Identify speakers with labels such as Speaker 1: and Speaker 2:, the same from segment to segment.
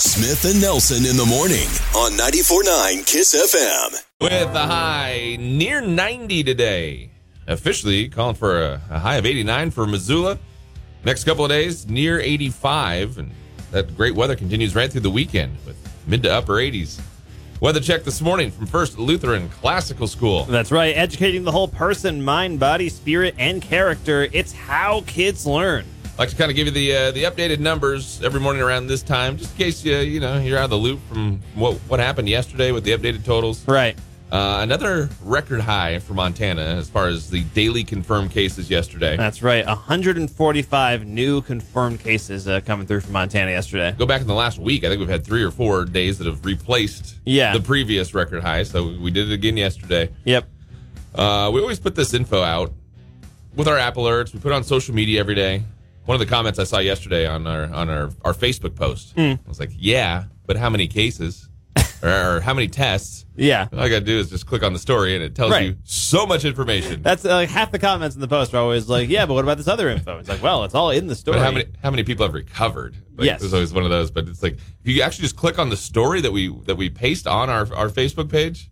Speaker 1: Smith and Nelson in the morning on 94.9 Kiss FM.
Speaker 2: With a high near 90 today. Officially calling for a, a high of 89 for Missoula. Next couple of days, near 85. And that great weather continues right through the weekend with mid to upper 80s. Weather check this morning from First Lutheran Classical School.
Speaker 3: That's right. Educating the whole person, mind, body, spirit, and character. It's how kids learn.
Speaker 2: I'd like to kind of give you the uh, the updated numbers every morning around this time, just in case you you know you're out of the loop from what what happened yesterday with the updated totals.
Speaker 3: Right.
Speaker 2: Uh, another record high for Montana as far as the daily confirmed cases yesterday.
Speaker 3: That's right. 145 new confirmed cases uh, coming through from Montana yesterday.
Speaker 2: Go back in the last week, I think we've had three or four days that have replaced
Speaker 3: Yeah.
Speaker 2: the previous record high. So we did it again yesterday.
Speaker 3: Yep.
Speaker 2: Uh, we always put this info out with our app alerts. We put it on social media every day. One of the comments I saw yesterday on our on our, our Facebook
Speaker 3: Hmm.
Speaker 2: post, I was like, "Yeah, but how many cases or, or how many tests?"
Speaker 3: Yeah.
Speaker 2: All I got to do is just click on the story, and it tells
Speaker 3: Right.
Speaker 2: you so much information.
Speaker 3: That's uh, like half the comments in the post are always like, yeah, but what about this other info? It's like, well, it's all in the story.
Speaker 2: But how many how many people have recovered? Like,
Speaker 3: Yes.
Speaker 2: there's always one of those. But it's like if you actually just click on the story that we that we paste on our our Facebook page.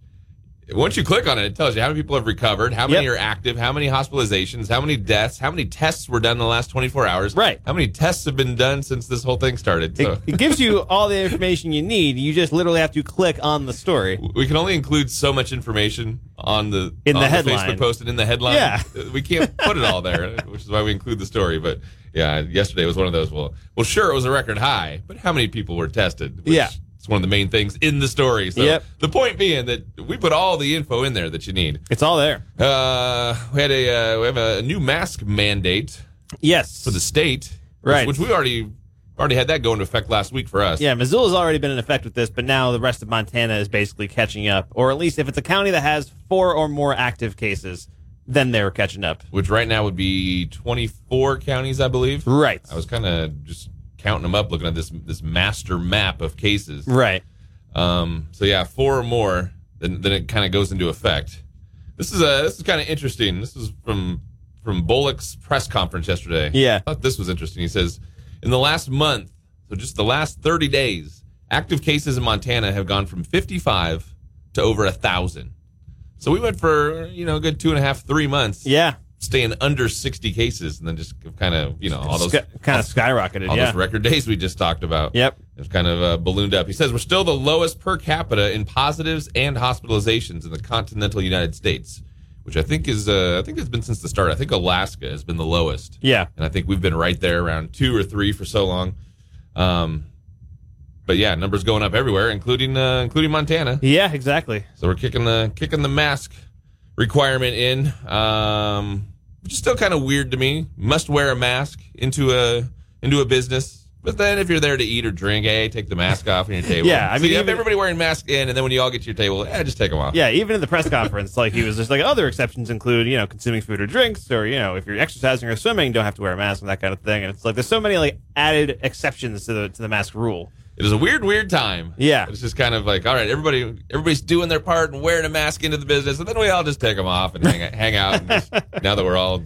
Speaker 2: Once you click on it, it tells you how many people have recovered, how many
Speaker 3: Yep.
Speaker 2: are active, how many hospitalizations, how many deaths, how many tests were done in the last 24 hours,
Speaker 3: Right.
Speaker 2: How many tests have been done since this whole thing started? So
Speaker 3: It, it gives you all the information you need. You just literally have to click on the story.
Speaker 2: we can only include so much information on the
Speaker 3: In
Speaker 2: on
Speaker 3: the headline.
Speaker 2: Facebook post and in the headline.
Speaker 3: Yeah.
Speaker 2: we can't put it all there, which is why we include the story. But yeah, yesterday was one of those. Well, well, sure, it was a record high, but how many people were tested? Which
Speaker 3: Yeah.
Speaker 2: it's one of the main things in the story. So
Speaker 3: Yep.
Speaker 2: the point being that we put all the info in there that you need.
Speaker 3: It's all there.
Speaker 2: Uh, we had a uh, we have a new mask mandate
Speaker 3: Yes.
Speaker 2: for the state, which-
Speaker 3: Right.
Speaker 2: Which, we already already had that go into effect last week for us.
Speaker 3: Yeah, Missoula's already been in effect with this, but now the rest of Montana is basically catching up. Or at least if it's a county that has four or more active cases, then they're catching up.
Speaker 2: Which right now would be 24 counties, I believe.
Speaker 3: Right.
Speaker 2: I was kind of just counting them up, looking at this this master map of cases.
Speaker 3: Right.
Speaker 2: Um, so yeah, four or more, then then it kind of goes into effect. This is a this is kind of interesting. This is from from Bullock's press conference yesterday.
Speaker 3: Yeah.
Speaker 2: I thought this was interesting. He says, in the last month, so just the last 30 days, active cases in Montana have gone from 55 to over a thousand. So we went for you know a good two and a half, three months,
Speaker 3: Yeah.
Speaker 2: staying under 60 cases, and then just kind of you know all those
Speaker 3: kind of skyrocketed.
Speaker 2: all
Speaker 3: Yeah.
Speaker 2: those record days we just talked about.
Speaker 3: Yep.
Speaker 2: It's kind of uh, ballooned up. He says we're still the lowest per capita in positives and hospitalizations in the continental United States, which I think is uh, I think it's been since the start. I think Alaska has been the lowest,
Speaker 3: yeah.
Speaker 2: and I think we've been right there around two or three for so long. Um, but yeah, numbers going up everywhere, including uh, including Montana.
Speaker 3: Yeah, exactly.
Speaker 2: So we're kicking the kicking the mask requirement in, um, which is still kind of weird to me. Must wear a mask into a into a business, but then if you're there to eat or drink, hey, take the mask off on your table.
Speaker 3: Yeah, I
Speaker 2: So
Speaker 3: mean,
Speaker 2: you have
Speaker 3: even-
Speaker 2: everybody wearing masks in, and then when you all get to your table, yeah, just take them off.
Speaker 3: Yeah, even in the press conference, like he was just like, other exceptions include, you know, consuming food or drinks, or, you know, if you're exercising or swimming, don't have to wear a mask and that kind of thing. And it's like, there's so many, like, added exceptions to the, to the mask rule.
Speaker 2: It is a weird, weird time.
Speaker 3: Yeah.
Speaker 2: it's just kind of like, all right, everybody, everybody's doing their part and wearing a mask into the business, and then we all just take them off and hang, hang out. And just, now that we're all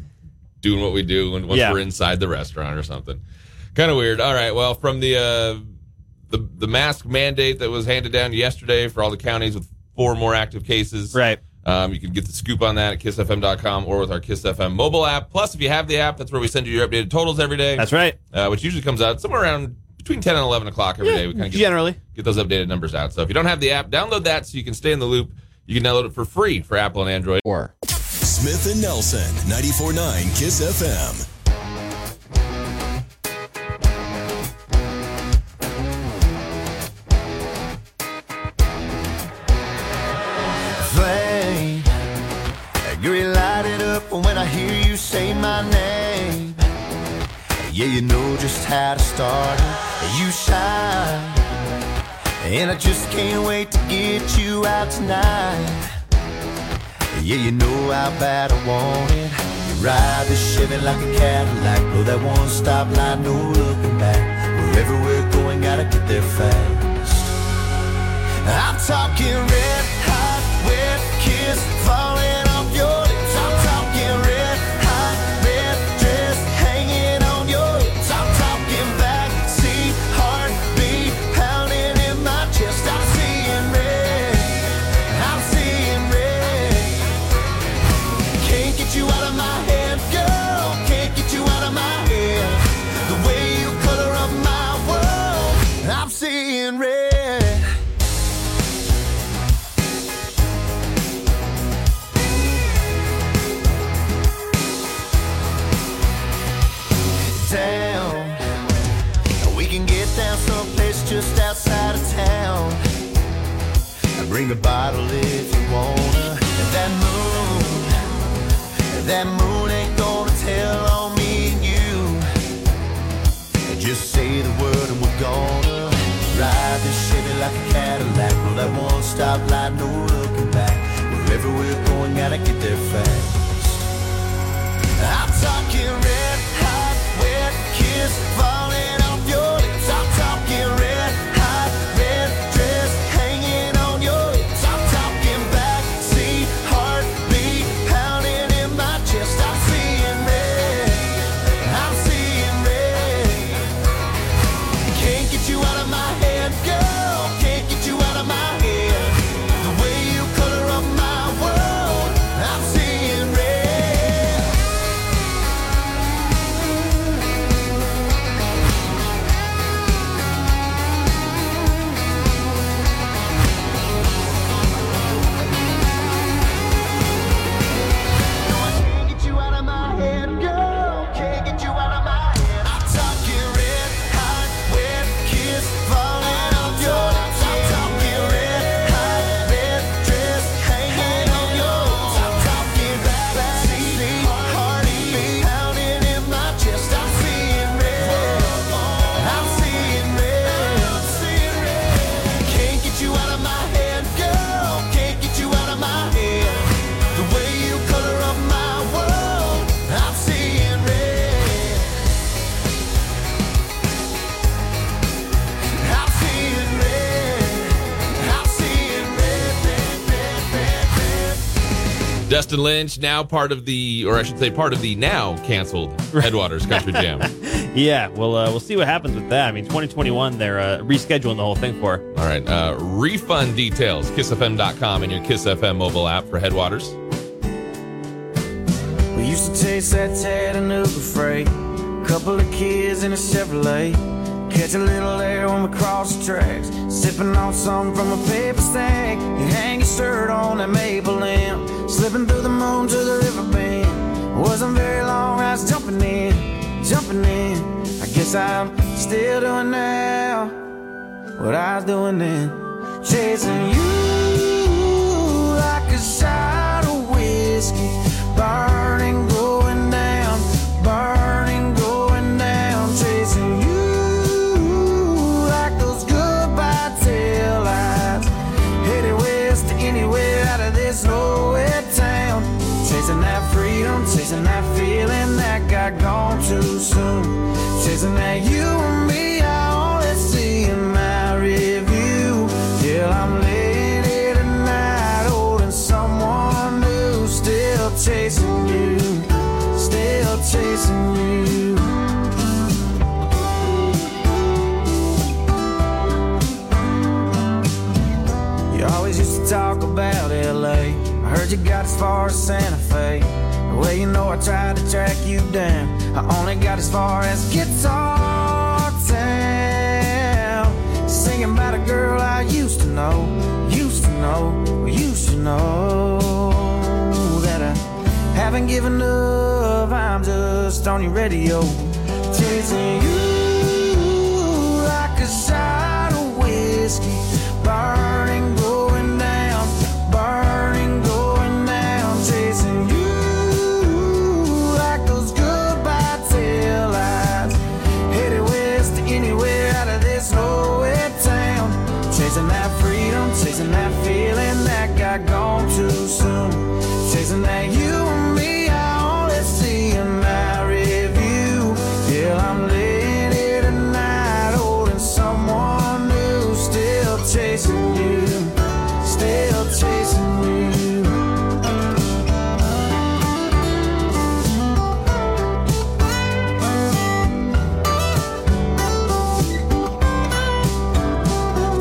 Speaker 2: doing what we do, and once
Speaker 3: Yeah.
Speaker 2: we're inside the restaurant or something, kind of weird. All right, well, from the uh, the the mask mandate that was handed down yesterday for all the counties with four more active cases,
Speaker 3: Right.
Speaker 2: um, you can get the scoop on that at kissfm.com or with our Kiss FM mobile app. Plus, if you have the app, that's where we send you your updated totals every day
Speaker 3: That's right.
Speaker 2: uh, which usually comes out somewhere around between 10 and 11 o'clock every day. We kind of get,
Speaker 3: Generally.
Speaker 2: get those updated numbers out. So if you don't have the app, download that so you can stay in the loop. You can download it for free for Apple and Android.
Speaker 3: Or.
Speaker 1: Smith and Nelson, 94.9 Kiss FM.
Speaker 4: flame. I Agree, light it up when I hear you say my name. Yeah, you know just how to start it. You shine, and I just can't wait to get you out tonight. Yeah, you know how bad I want it. You ride the Chevy like a Cadillac, blow that one stop light, no looking back. Wherever we're going, gotta get there fast. I'm talking red hot wet kiss falling off your lips. I'm talking red hot red dress hanging on your hips. I'm talking backseat heartbeat pounding in red. Down. We can get down someplace just outside of town. Bring a bottle if you wanna. That moon, that moon ain't gonna tell on me and you. Just say the word and we're gonna ride this Chevy like a Cadillac. Well, that one stop light, no looking back. Wherever we're going, gotta get there fast. I'm talking red hot wet kiss falling off your lips. I'm talking red hot red dress hanging on your lips. I'm talking backseat heartbeat pounding in my chest. I'm seeing red. I'm seeing red. Can't get you out of my head, girl. Can't get you out of my head. The way you color up my world. I'm seeing red. Can't get you out of my head, girl. Can't get you out of my head. I'm talking red hot wet kiss falling on your lips. I'm talking red hot red dress hanging on your lips. I'm talking backseat heartbeat pounding in my chest. I'm seeing red. I'm seeing red. I'm seeing red. Can't get you out of my head, girl. Can't get you out of my head. The way you color up my world, I'm seeing red. I'm seeing red. I'm seeing red, red, red, red, red.
Speaker 2: Dustin Lynch, now part of the, or I should say, part of the now canceled Headwaters Country Jam. All
Speaker 3: Yeah, well, uh, we'll see what happens with that. I mean, 2021, they're uh, rescheduling the whole thing for.
Speaker 2: right. Uh, refund details, kissfm.com and your Kiss FM mobile app for Headwaters.
Speaker 5: We used to chase that Chattanooga freight. Couple of kids in a Chevrolet. Catch a little air when we cross the tracks. Sipping on something from a paper stack. You hang your shirt on that maple lamp. Slipping through the moon to the river bend. Wasn't very long, I was jumping in, jumping in. I guess I'm still doing now what I was doing then. Chasing you like a shot of whiskey. Burning, going down, burning, going down. Chasing you like those goodbye tail lights. Headed west to anywhere out of this nowhere town. Chasing that freedom, chasing that feeling that got gone too soon. Chasing that you and me, I only see in my review. Till I'm late at night, holding someone new. Still chasing you, still chasing you. You always used to talk about LA. I heard you got as far as Santa Fe. Well, you know I tried to track you down. I only got as far as Guitar Town. Singing about a girl I used to know, used to know, used to know that I haven't given up. I'm just on your radio, chasing you like a shot of whiskey, burning, going down, burning, going down, chasing you like those goodbye taillights, headed west to anywhere out of this nowhere town, chasing that freedom, chasing that feeling that got gone too soon, chasing that you and me. I only see in my review till I'm late at night, holding someone new, still chasing you, still chasing you.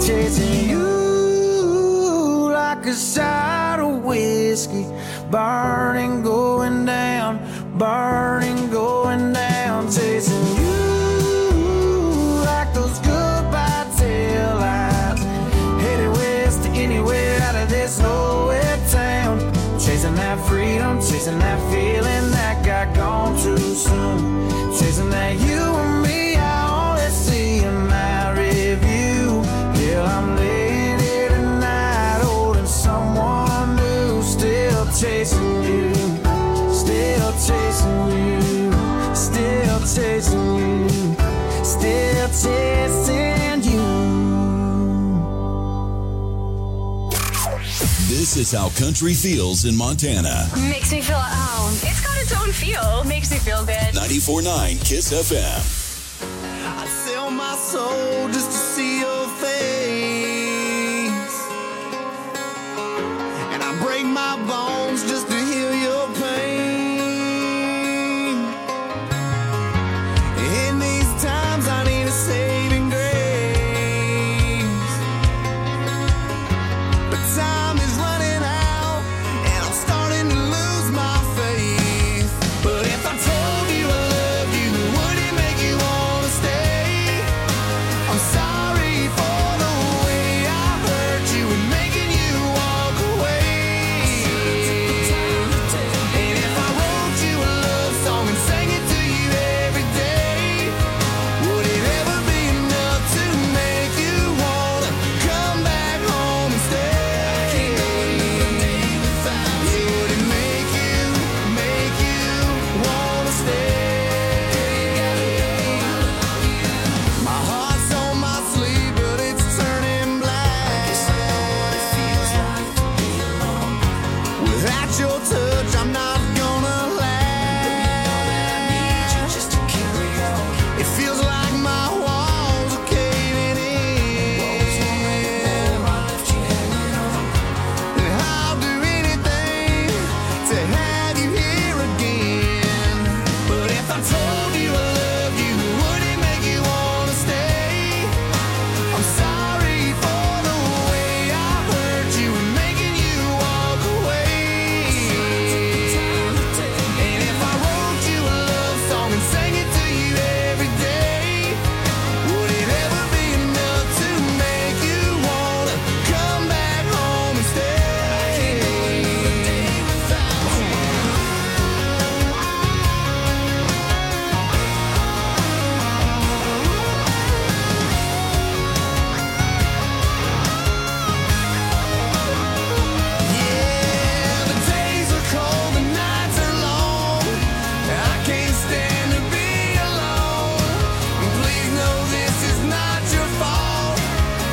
Speaker 5: chasing you like a shot of whiskey, burning, going down, burning, going down, chasing you like those goodbye taillights.
Speaker 1: This is how country feels in Montana.
Speaker 6: Makes me feel at home. It's got its own feel. Makes me feel good.
Speaker 1: 94.9 Kiss FM.
Speaker 4: I sell my soul just to see your face. And I break my bones just to heal your pain. In these times, I need a saving grace. But time is running out, and I'm starting to lose my faith. But if I told you I loved you, would it make you wanna stay? I'm sorry for the way I hurt you and making you walk away. And if I wrote you a love song and sang it to you every day, would it ever be enough to make you wanna come back home and stay? I can't believe a day without you. Would it make you, make you wanna stay? My heart's on my sleeve, but it's turning black. Without your touch, I'm not gonna last. It feels like my walls are caving in. And I'll do anything to have you here again. But if I told you I love you, would it make you wanna stay? I'm sorry for the way I hurt you and making you walk away. And if I wrote you a love song and sang it to you every day, would it ever be enough to make you wanna come back home and stay? I can't believe a day without you. Yeah, the days are cold, the nights are long. I can't stand to be alone. Please know this is not your fault.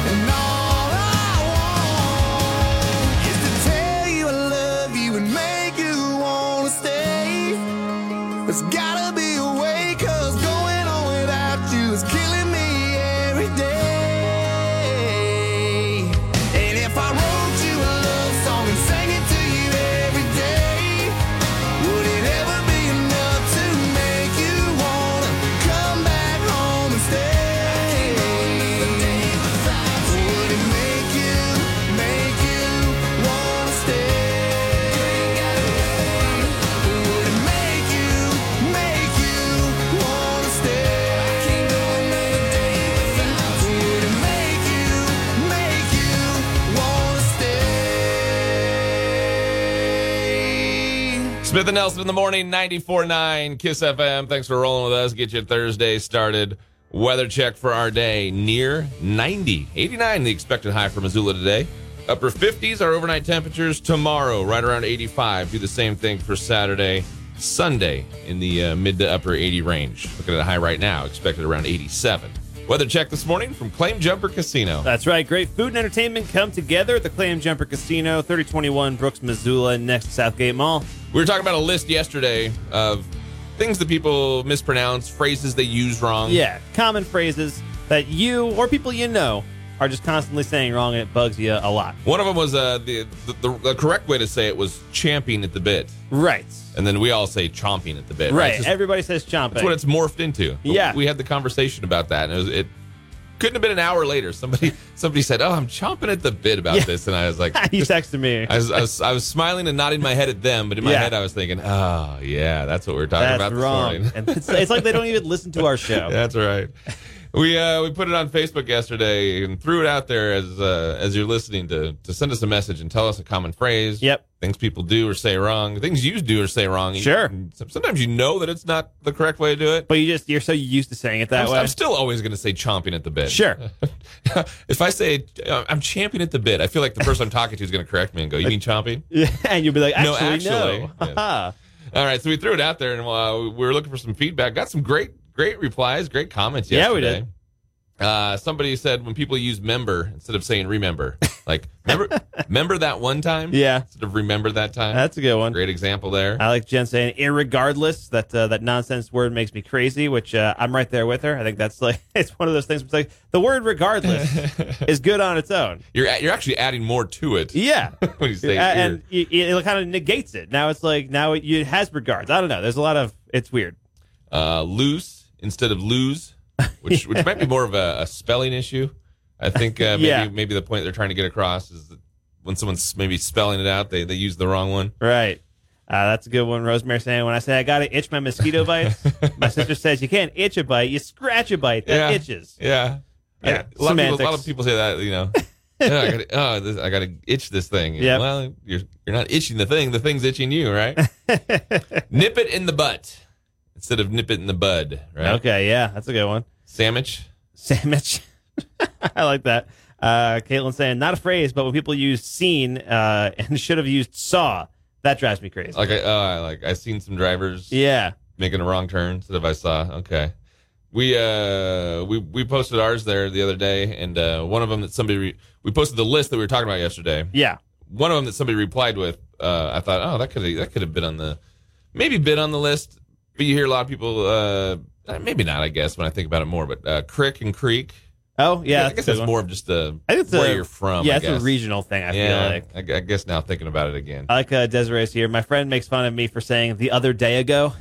Speaker 4: And all I want is to tell you I love you and make you wanna stay. There's gotta be a way, 'cause going on without you is killing me every day. And if I wrote you a love song and sang it to you every day, would it ever be enough to make you wanna come back home and stay? Would it make you, make you wanna stay? Would it make you, make you wanna stay? I can't go another day without you. Would it make you, make you wanna stay?
Speaker 2: Smith and Nelson in the morning, 94.9 Kiss FM. Thanks for rolling with us. Get your Thursday started. Weather check for our day near 90. 89 the expected high for Missoula today. Upper 50s are overnight temperatures tomorrow, right around 85. Do the same thing for Saturday, Sunday in the uh, mid to upper 80 range. Looking at a high right now, expected around 87. Weather check this morning from Claim Jumper Casino.
Speaker 3: That's right. Great food and entertainment come together at the Clam Jumper Casino, 3021 Brooks, Missoula, next to Southgate Mall.
Speaker 2: We were talking about a list yesterday of things that people mispronounce, phrases they use wrong.
Speaker 3: Yeah, common phrases that you or people you know are just constantly saying wrong and it bugs you a lot.
Speaker 2: One of them was uh, the, the, the the correct way to say it was champing at the bit,
Speaker 3: Right.
Speaker 2: and then we all say chomping at the bit.
Speaker 3: Right.
Speaker 2: It's just-
Speaker 3: Everybody says chomping.
Speaker 2: that's what it's morphed into.
Speaker 3: Yeah.
Speaker 2: we had the conversation about that, and it, was, it couldn't have been an hour later. Somebody somebody said, "Oh, I'm chomping at the bit about
Speaker 3: Yeah.
Speaker 2: this," and I was like,
Speaker 3: you texted me.
Speaker 2: I was, I was I was smiling and nodding my head at them, but in my
Speaker 3: Yeah.
Speaker 2: head I was thinking, "Oh, yeah, that's what we we're talking
Speaker 3: That's
Speaker 2: about this
Speaker 3: wrong.
Speaker 2: morning."
Speaker 3: And it's, it's like they don't even listen to our show.
Speaker 2: That's right. We uh, we put it on Facebook yesterday and threw it out there as uh, as you're listening to to send us a message and tell us a common phrase.
Speaker 3: Yep.
Speaker 2: Things people do or say wrong. Things you do or say wrong.
Speaker 3: Sure.
Speaker 2: Sometimes you know that it's not the correct way to do it.
Speaker 3: But you just you're so used to saying it that
Speaker 2: I'm,
Speaker 3: way.
Speaker 2: I'm still always going to say chomping at the bit.
Speaker 3: Sure.
Speaker 2: if I say uh, I'm champing at the bit, I feel like the person I'm talking to is going to correct me and go, "You mean chomping?"
Speaker 3: and you'll be like,
Speaker 2: No,
Speaker 3: actually, no.
Speaker 2: actually. Yeah. All right. So we threw it out there and uh, we were looking for some feedback. Got some great, great replies, great comments
Speaker 3: Yeah, we
Speaker 2: yesterday. Yeah, we did. Uh, somebody said when people use member instead of saying remember. Like, remember, remember that one time?
Speaker 3: Yeah.
Speaker 2: Sort of remember that time.
Speaker 3: That's Uh, a good one.
Speaker 2: great example there.
Speaker 3: I like Jen saying "irregardless." That uh, that nonsense word makes me crazy, which uh, I'm right there with her. I think that's like it's one of those things. It's like the word "regardless" is good on its own.
Speaker 2: You're a- you're actually adding more to it
Speaker 3: Yeah,
Speaker 2: when you say
Speaker 3: A- and
Speaker 2: ear.
Speaker 3: y- it, kind of negates it. Now it's like now it, it has regards. I don't know. There's a lot of it's weird.
Speaker 2: uh, loose instead of lose, which which might be more of a, a spelling issue. I think uh, maybe
Speaker 3: Yeah.
Speaker 2: maybe the point they're trying to get across is that when someone's maybe spelling it out, they they use the wrong one.
Speaker 3: Right. Uh, that's a good one. Rosemary saying, when I say I got to itch my mosquito bites, my sister says, you can't itch a bite. You scratch a bite that
Speaker 2: Yeah.
Speaker 3: itches.
Speaker 2: Yeah. Yeah.
Speaker 3: Uh,
Speaker 2: A lot, of people, a lot
Speaker 3: semantics.
Speaker 2: of people say that, you know. "Yeah, I gotta, oh, this, I gotta itch this thing.
Speaker 3: Yep.
Speaker 2: Well, you're you're not itching the thing; the thing's itching you, right? nip it in the butt instead of nip it in the bud, right?
Speaker 3: Okay. Yeah. That's a good one.
Speaker 2: Sandwich.
Speaker 3: Sandwich. I like that. Uh, Caitlin saying, not a phrase, but when people use seen uh, and should have used saw, that drives me crazy.
Speaker 2: Like I uh, like I seen some drivers
Speaker 3: Yeah.
Speaker 2: making a wrong turn instead of I saw. Okay. We uh we we posted ours there the other day, and uh, one of them that somebody re- we posted the list that we were talking about yesterday.
Speaker 3: Yeah.
Speaker 2: one of them that somebody replied with, uh, I thought, oh, that could that could have been on the maybe been on the list. But you hear a lot of people, uh, uh, maybe not. I guess when I think about it more, but uh, crick and creek.
Speaker 3: Oh, yeah.
Speaker 2: I guess
Speaker 3: that's a good
Speaker 2: it's
Speaker 3: one.
Speaker 2: more of just the
Speaker 3: I think it's
Speaker 2: where
Speaker 3: a-
Speaker 2: you're from.
Speaker 3: Yeah,
Speaker 2: I
Speaker 3: it's
Speaker 2: guess.
Speaker 3: a regional thing, I
Speaker 2: Yeah,
Speaker 3: feel like.
Speaker 2: I, I guess now thinking about it again.
Speaker 3: I like uh, Desiree's here. My friend makes fun of me for saying the other day ago.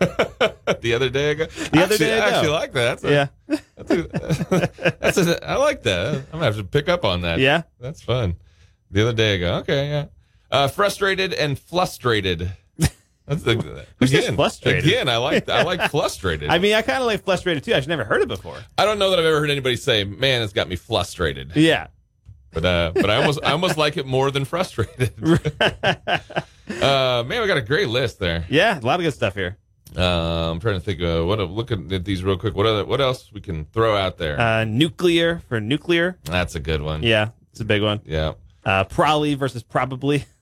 Speaker 2: the other day ago, the
Speaker 3: other day
Speaker 2: I
Speaker 3: ago.
Speaker 2: actually like that. That's a,
Speaker 3: Yeah.
Speaker 2: that's a, that's a, I like that. I'm gonna have to pick up on that.
Speaker 3: Yeah.
Speaker 2: that's fun. The other day ago, okay, yeah. Uh, frustrated and frustrated. That's the
Speaker 3: Who says
Speaker 2: again,
Speaker 3: frustrated?
Speaker 2: Again, I like I like frustrated.
Speaker 3: I
Speaker 2: I,
Speaker 3: mean, I kind of like frustrated too. I've never heard it before.
Speaker 2: don't know that I've ever heard anybody say, "Man, it's got me frustrated,"
Speaker 3: Yeah.
Speaker 2: but uh, but I almost I almost like it more than frustrated. uh, man, we got a great list there.
Speaker 3: Yeah. A lot of good stuff here.
Speaker 2: Uh, I'm trying to think. Uh, what looking at these real quick. What other, what else we can throw out there?
Speaker 3: Uh, nuclear for nuclear.
Speaker 2: That's a good one.
Speaker 3: Yeah. It's a big one.
Speaker 2: yeah.
Speaker 3: Uh, probably versus probably.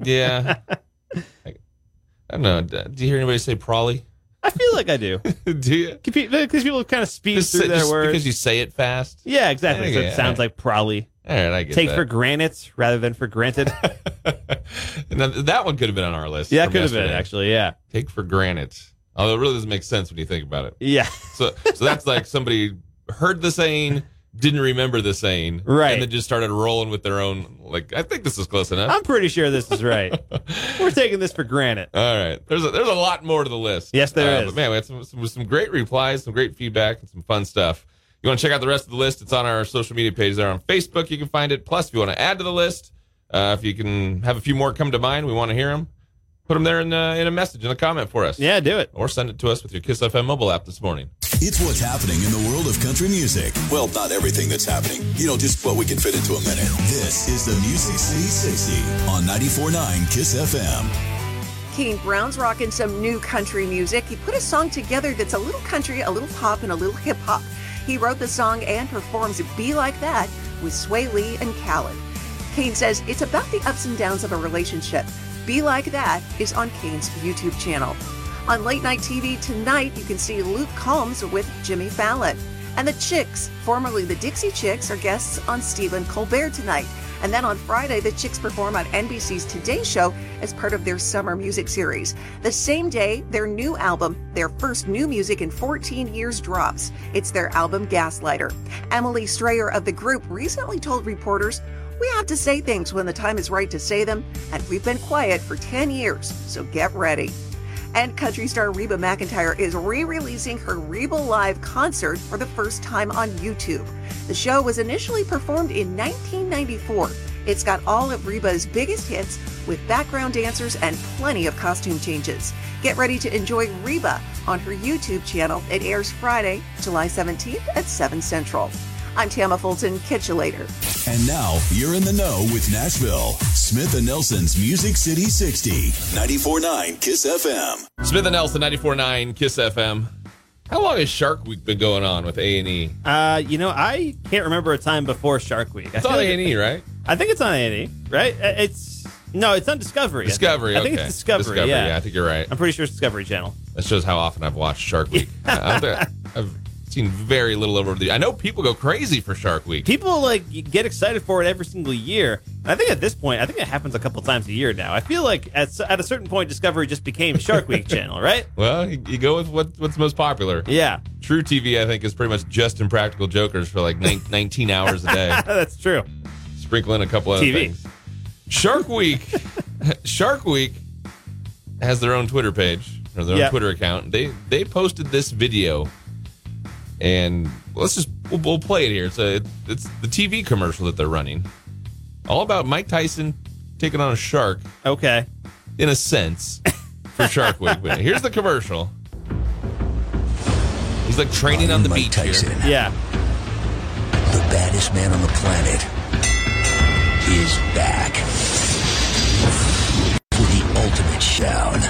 Speaker 2: Yeah. I, I don't know. D- Do you hear anybody say prolly?
Speaker 3: I feel like I do.
Speaker 2: Do you?
Speaker 3: Because people kind of speed
Speaker 2: Just,
Speaker 3: through
Speaker 2: say-
Speaker 3: their
Speaker 2: just
Speaker 3: words.
Speaker 2: because you say it fast.
Speaker 3: yeah, exactly. So
Speaker 2: Yeah,
Speaker 3: it sounds like probably.
Speaker 2: All right, I get
Speaker 3: Take
Speaker 2: that.
Speaker 3: for granted rather than for granted.
Speaker 2: now, that one could have been on our list.
Speaker 3: yeah,
Speaker 2: from
Speaker 3: could have been
Speaker 2: yesterday.
Speaker 3: actually. Yeah.
Speaker 2: Take for granted. Although it really doesn't make sense when you think about it.
Speaker 3: Yeah.
Speaker 2: So, so that's like somebody heard the saying, didn't remember the saying,
Speaker 3: Right.
Speaker 2: and then just started rolling with their own. Like, I think this is close enough.
Speaker 3: I'm pretty sure this is right. We're taking this for granted.
Speaker 2: All right. There's a, there's a lot more to the list.
Speaker 3: Yes, there
Speaker 2: there is.
Speaker 3: is.
Speaker 2: But man, we had some, some some great replies, some great feedback, and some fun stuff. You want to check out the rest of the list? It's on our social media page there on Facebook. You can find it. Plus, if you want to add to the list, uh, if you can have a few more come to mind, we want to hear them. Put them there in a, in a message in a comment for us.
Speaker 3: Yeah, do it.
Speaker 2: Or send it to us with your Kiss FM mobile app this morning.
Speaker 1: It's what's happening in the world of country music. Well, not everything that's happening. You know, just what we can fit into a minute. This is the Music City 60 on 94.9 Kiss FM.
Speaker 7: Keen Brown's rocking some new country music. He put a song together that's a little country, a little pop, and a little hip hop. He wrote the song and performs Be Like That with Sway Lee and Khaled. Kane says it's about the ups and downs of a relationship. Be Like That is on Kane's YouTube channel. On late night TV tonight, you can see Luke Combs with Jimmy Fallon. And the Chicks, formerly the Dixie Chicks, are guests on Stephen Colbert tonight. And then on Friday, the Chicks perform on NBC's Today Show as part of their summer music series. The same day, their new album, their first new music in 14 years, drops. It's their album Gaslighter. Emily Strayer of the group recently told reporters, we have to say things when the time is right to say them, and we've been quiet for 10 years, so get ready. And country star Reba McIntyre is re releasing her Reba Live concert for the first time on YouTube. The show was initially performed in 1994. It's got all of Reba's biggest hits with background dancers and plenty of costume changes. Get ready to enjoy Reba on her YouTube channel. It airs Friday, July 17th at 7 Central. I'm Tama Fulton. Catch you later.
Speaker 1: And now you're in the know with Nashville. Smith and Nelson's Music City 60, 94.9 Kiss FM.
Speaker 2: Smith and Nelson, 94.9 Kiss FM. How long has Shark Week been going on with E? A&E?
Speaker 3: Uh, you know, I can't remember a time before Shark Week. I
Speaker 2: It's
Speaker 3: feel
Speaker 2: on E.
Speaker 3: like-
Speaker 2: A&E, right?
Speaker 3: I think it's on A&E, right? Uh, It's no, it's on Discovery. I think.
Speaker 2: Discovery.
Speaker 3: I think,
Speaker 2: okay.
Speaker 3: it's Discovery. yeah.
Speaker 2: I think you're right.
Speaker 3: I'm pretty sure it's Discovery Channel.
Speaker 2: That shows how often I've watched Shark Week. I, I don't think I've seen very little over the. I know people go crazy for Shark Week.
Speaker 3: people like get excited for it every single year. And I think at this point, I think it happens a couple times a year now. I feel like at, s- at a certain point, Discovery just became Shark Week channel, right?
Speaker 2: Well, you, you go with what, what's most popular.
Speaker 3: Yeah,
Speaker 2: True TV, I think, is pretty much just impractical jokers for like nine, 19 hours a day.
Speaker 3: Oh, that's true.
Speaker 2: Sprinkle in a couple other
Speaker 3: TV.
Speaker 2: things. Shark Week. Shark Week has their own Twitter page or their
Speaker 3: Yeah.
Speaker 2: own Twitter account. They they posted this video, and let's just we'll, we'll play it here. It's a, it's the TV commercial that they're running, all about Mike Tyson taking on a shark
Speaker 3: Okay,
Speaker 2: in a sense for Shark Week. But here's the commercial. He's like training on the
Speaker 4: Mike
Speaker 2: beach
Speaker 4: Tyson,
Speaker 2: here.
Speaker 3: yeah,
Speaker 4: the baddest man on the planet, is back for the ultimate showdown.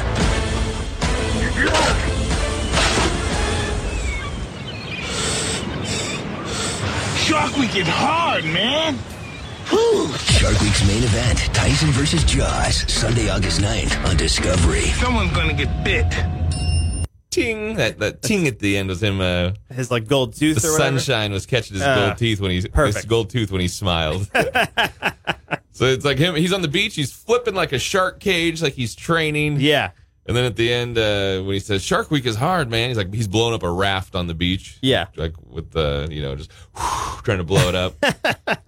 Speaker 8: Shark Week is hard, man.
Speaker 4: Whew. Shark Week's main event, Tyson versus Jaws, Sunday, August 9th on Discovery.
Speaker 8: Someone's gonna get bit.
Speaker 2: Ting that that ting at the end was him. Uh,
Speaker 3: his like gold tooth
Speaker 2: the
Speaker 3: or whatever.
Speaker 2: sunshine was catching his
Speaker 3: Ah,
Speaker 2: gold teeth when he his
Speaker 3: perfect.
Speaker 2: gold tooth when he smiled. so it's like him. He's on the beach. He's flipping like a shark cage, like he's training.
Speaker 3: Yeah,
Speaker 2: And then at the end, uh, when he says Shark Week is hard, man, he's like he's blowing up a raft on the beach.
Speaker 3: Yeah.
Speaker 2: like with the you know just trying to blow it up.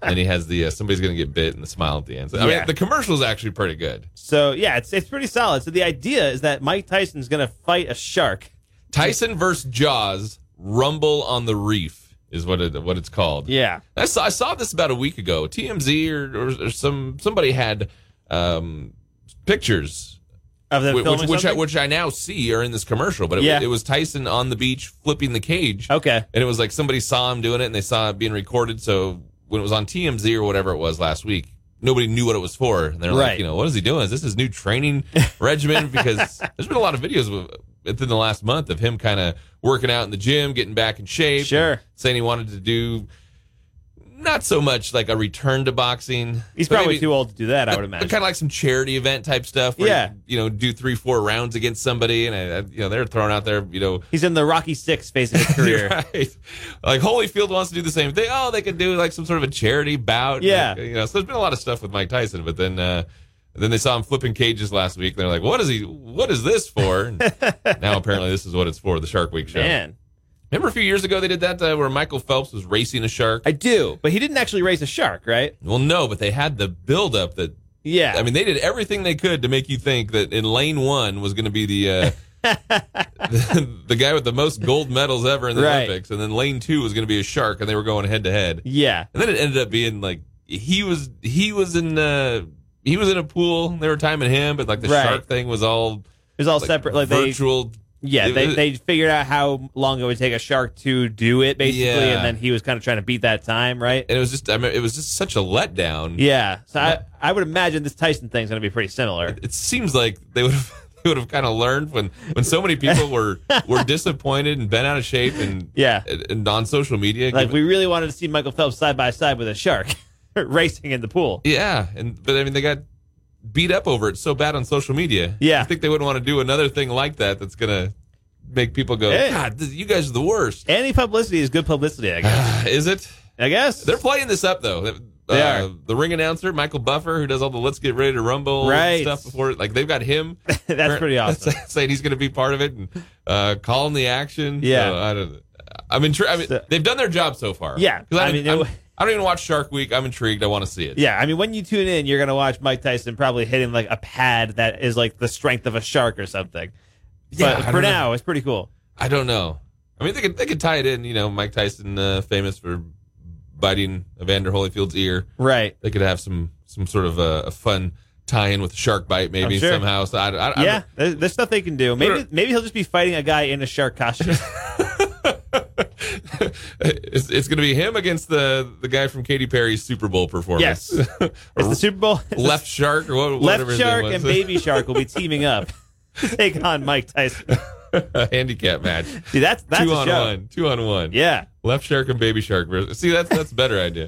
Speaker 2: and he has the uh, somebody's gonna get bit and the smile at the end. So, I
Speaker 3: Yeah.
Speaker 2: mean, the commercial is actually pretty good.
Speaker 3: so yeah, it's it's pretty solid. So the idea is that Mike Tyson's gonna fight a shark.
Speaker 2: Tyson versus Jaws, Rumble on the Reef is what it what it's called.
Speaker 3: Yeah,
Speaker 2: I saw, I saw this about a week ago. TMZ or, or, or some somebody had um, pictures,
Speaker 3: of them
Speaker 2: whi- which
Speaker 3: filming
Speaker 2: which I,
Speaker 3: something?
Speaker 2: which I now see are in this commercial. But it,
Speaker 3: Yeah.
Speaker 2: it was Tyson on the beach flipping the cage,
Speaker 3: okay,
Speaker 2: and it was like somebody saw him doing it, and they saw it being recorded. So when it was on TMZ or whatever it was last week, nobody knew what it was for, and they're like,
Speaker 3: Right.
Speaker 2: you know, what is he doing? Is this his new training regimen? Because there's been a lot of videos with- within the last month of him kind of working out in the gym, getting back in shape,
Speaker 3: Sure.
Speaker 2: and saying he wanted to do not so much like a return to boxing.
Speaker 3: he's
Speaker 2: but
Speaker 3: probably
Speaker 2: maybe-
Speaker 3: too old to do that. I would
Speaker 2: but
Speaker 3: imagine.
Speaker 2: Kind of like some charity event type stuff. Where
Speaker 3: Yeah.
Speaker 2: You, you know, do three, four rounds against somebody, and I, I- you know they're throwing out there, you know,
Speaker 3: he's in the Rocky Six phase of his career.
Speaker 2: Right. Like Holyfield wants to do the same thing. Oh, they could do like some sort of a charity bout.
Speaker 3: Yeah.
Speaker 2: Like, you know, so there's been a lot of stuff with Mike Tyson, but then uh then they saw him flipping cages last week. They're like, "What is he? What is this for?" And now apparently this is what it's for—the Shark Week show.
Speaker 3: Man,
Speaker 2: Remember a few years ago they did that uh, where Michael Phelps was racing a shark.
Speaker 3: I do, but he didn't actually raise a shark, right?
Speaker 2: well, no, but they had the buildup that
Speaker 3: Yeah,
Speaker 2: I mean, they did everything they could to make you think that in lane one was going to be the, uh, the the guy with the most gold medals ever in the
Speaker 3: Right.
Speaker 2: Olympics, and then lane two was going to be a shark, and they were going head to head.
Speaker 3: yeah.
Speaker 2: And then it ended up being like he was he was in uh, he was in a pool. They were timing him, but like the
Speaker 3: Right.
Speaker 2: shark thing was all
Speaker 3: It was all
Speaker 2: like,
Speaker 3: separate. Like they,
Speaker 2: virtual.
Speaker 3: yeah,
Speaker 2: It
Speaker 3: they,
Speaker 2: was-
Speaker 3: they figured out how long it would take a shark to do it, basically,
Speaker 2: Yeah.
Speaker 3: and then he was kind of trying to beat that time, right?
Speaker 2: and it was just I mean, it was just such a letdown.
Speaker 3: Yeah. So I, I would imagine this Tyson thing's going to be pretty similar.
Speaker 2: it seems like they would have they would have kind of learned when when so many people were were disappointed and bent out of shape and
Speaker 3: Yeah.
Speaker 2: and, and on social media
Speaker 3: Like we really wanted to see Michael Phelps side by side with a shark racing in the pool.
Speaker 2: yeah and but I mean they got beat up over it so bad on social media
Speaker 3: Yeah.
Speaker 2: I think they wouldn't want to do another thing like that that's gonna make people go
Speaker 3: Hey.
Speaker 2: God this, you guys are the worst
Speaker 3: Any publicity is good publicity, I guess.
Speaker 2: is it
Speaker 3: I guess.
Speaker 2: they're playing this up though. Uh,
Speaker 3: They are.
Speaker 2: The ring announcer Michael Buffer, who does all the "Let's Get Ready to Rumble"
Speaker 3: Right.
Speaker 2: stuff before, like they've got him
Speaker 3: That's pretty awesome.
Speaker 2: saying he's going to be part of it and uh, calling the action.
Speaker 3: Yeah.
Speaker 2: So, I don't. I'm intrigued. I mean,
Speaker 3: So-
Speaker 2: they've done their job so far.
Speaker 3: Yeah.
Speaker 2: 'Cause I,
Speaker 3: I mean, it
Speaker 2: I'm-
Speaker 3: w-
Speaker 2: I don't even watch Shark Week. I'm intrigued. I want to see it.
Speaker 3: Yeah, I mean, when you tune in, you're gonna watch Mike Tyson probably hitting like a pad that is like the strength of a shark or something.
Speaker 2: Yeah, I
Speaker 3: but
Speaker 2: don't
Speaker 3: for
Speaker 2: know.
Speaker 3: now, it's pretty cool.
Speaker 2: I don't know. I mean, they could they could tie it in. You know, Mike Tyson, uh, famous for biting Evander Holyfield's ear.
Speaker 3: Right.
Speaker 2: They could have some some sort of uh, a fun tie-in with a shark bite, maybe
Speaker 3: sure.
Speaker 2: somehow. So I, I, I don't-
Speaker 3: yeah, there's, there's stuff they can do. Maybe maybe he'll just be fighting a guy in a shark costume.
Speaker 2: it's, it's going to be him against the the guy from Katy Perry's Super Bowl performance.
Speaker 3: Yes.
Speaker 2: Or
Speaker 3: It's the Super Bowl.
Speaker 2: left shark or what,
Speaker 3: Left
Speaker 2: whatever his name
Speaker 3: Shark
Speaker 2: was.
Speaker 3: and Baby Shark will be teaming up to take on Mike Tyson.
Speaker 2: a handicap match.
Speaker 3: Dude, that's that's
Speaker 2: Two
Speaker 3: a
Speaker 2: on
Speaker 3: show.
Speaker 2: one. Two on one.
Speaker 3: Yeah,
Speaker 2: Left shark and baby shark. versus- See, that's that's a better idea.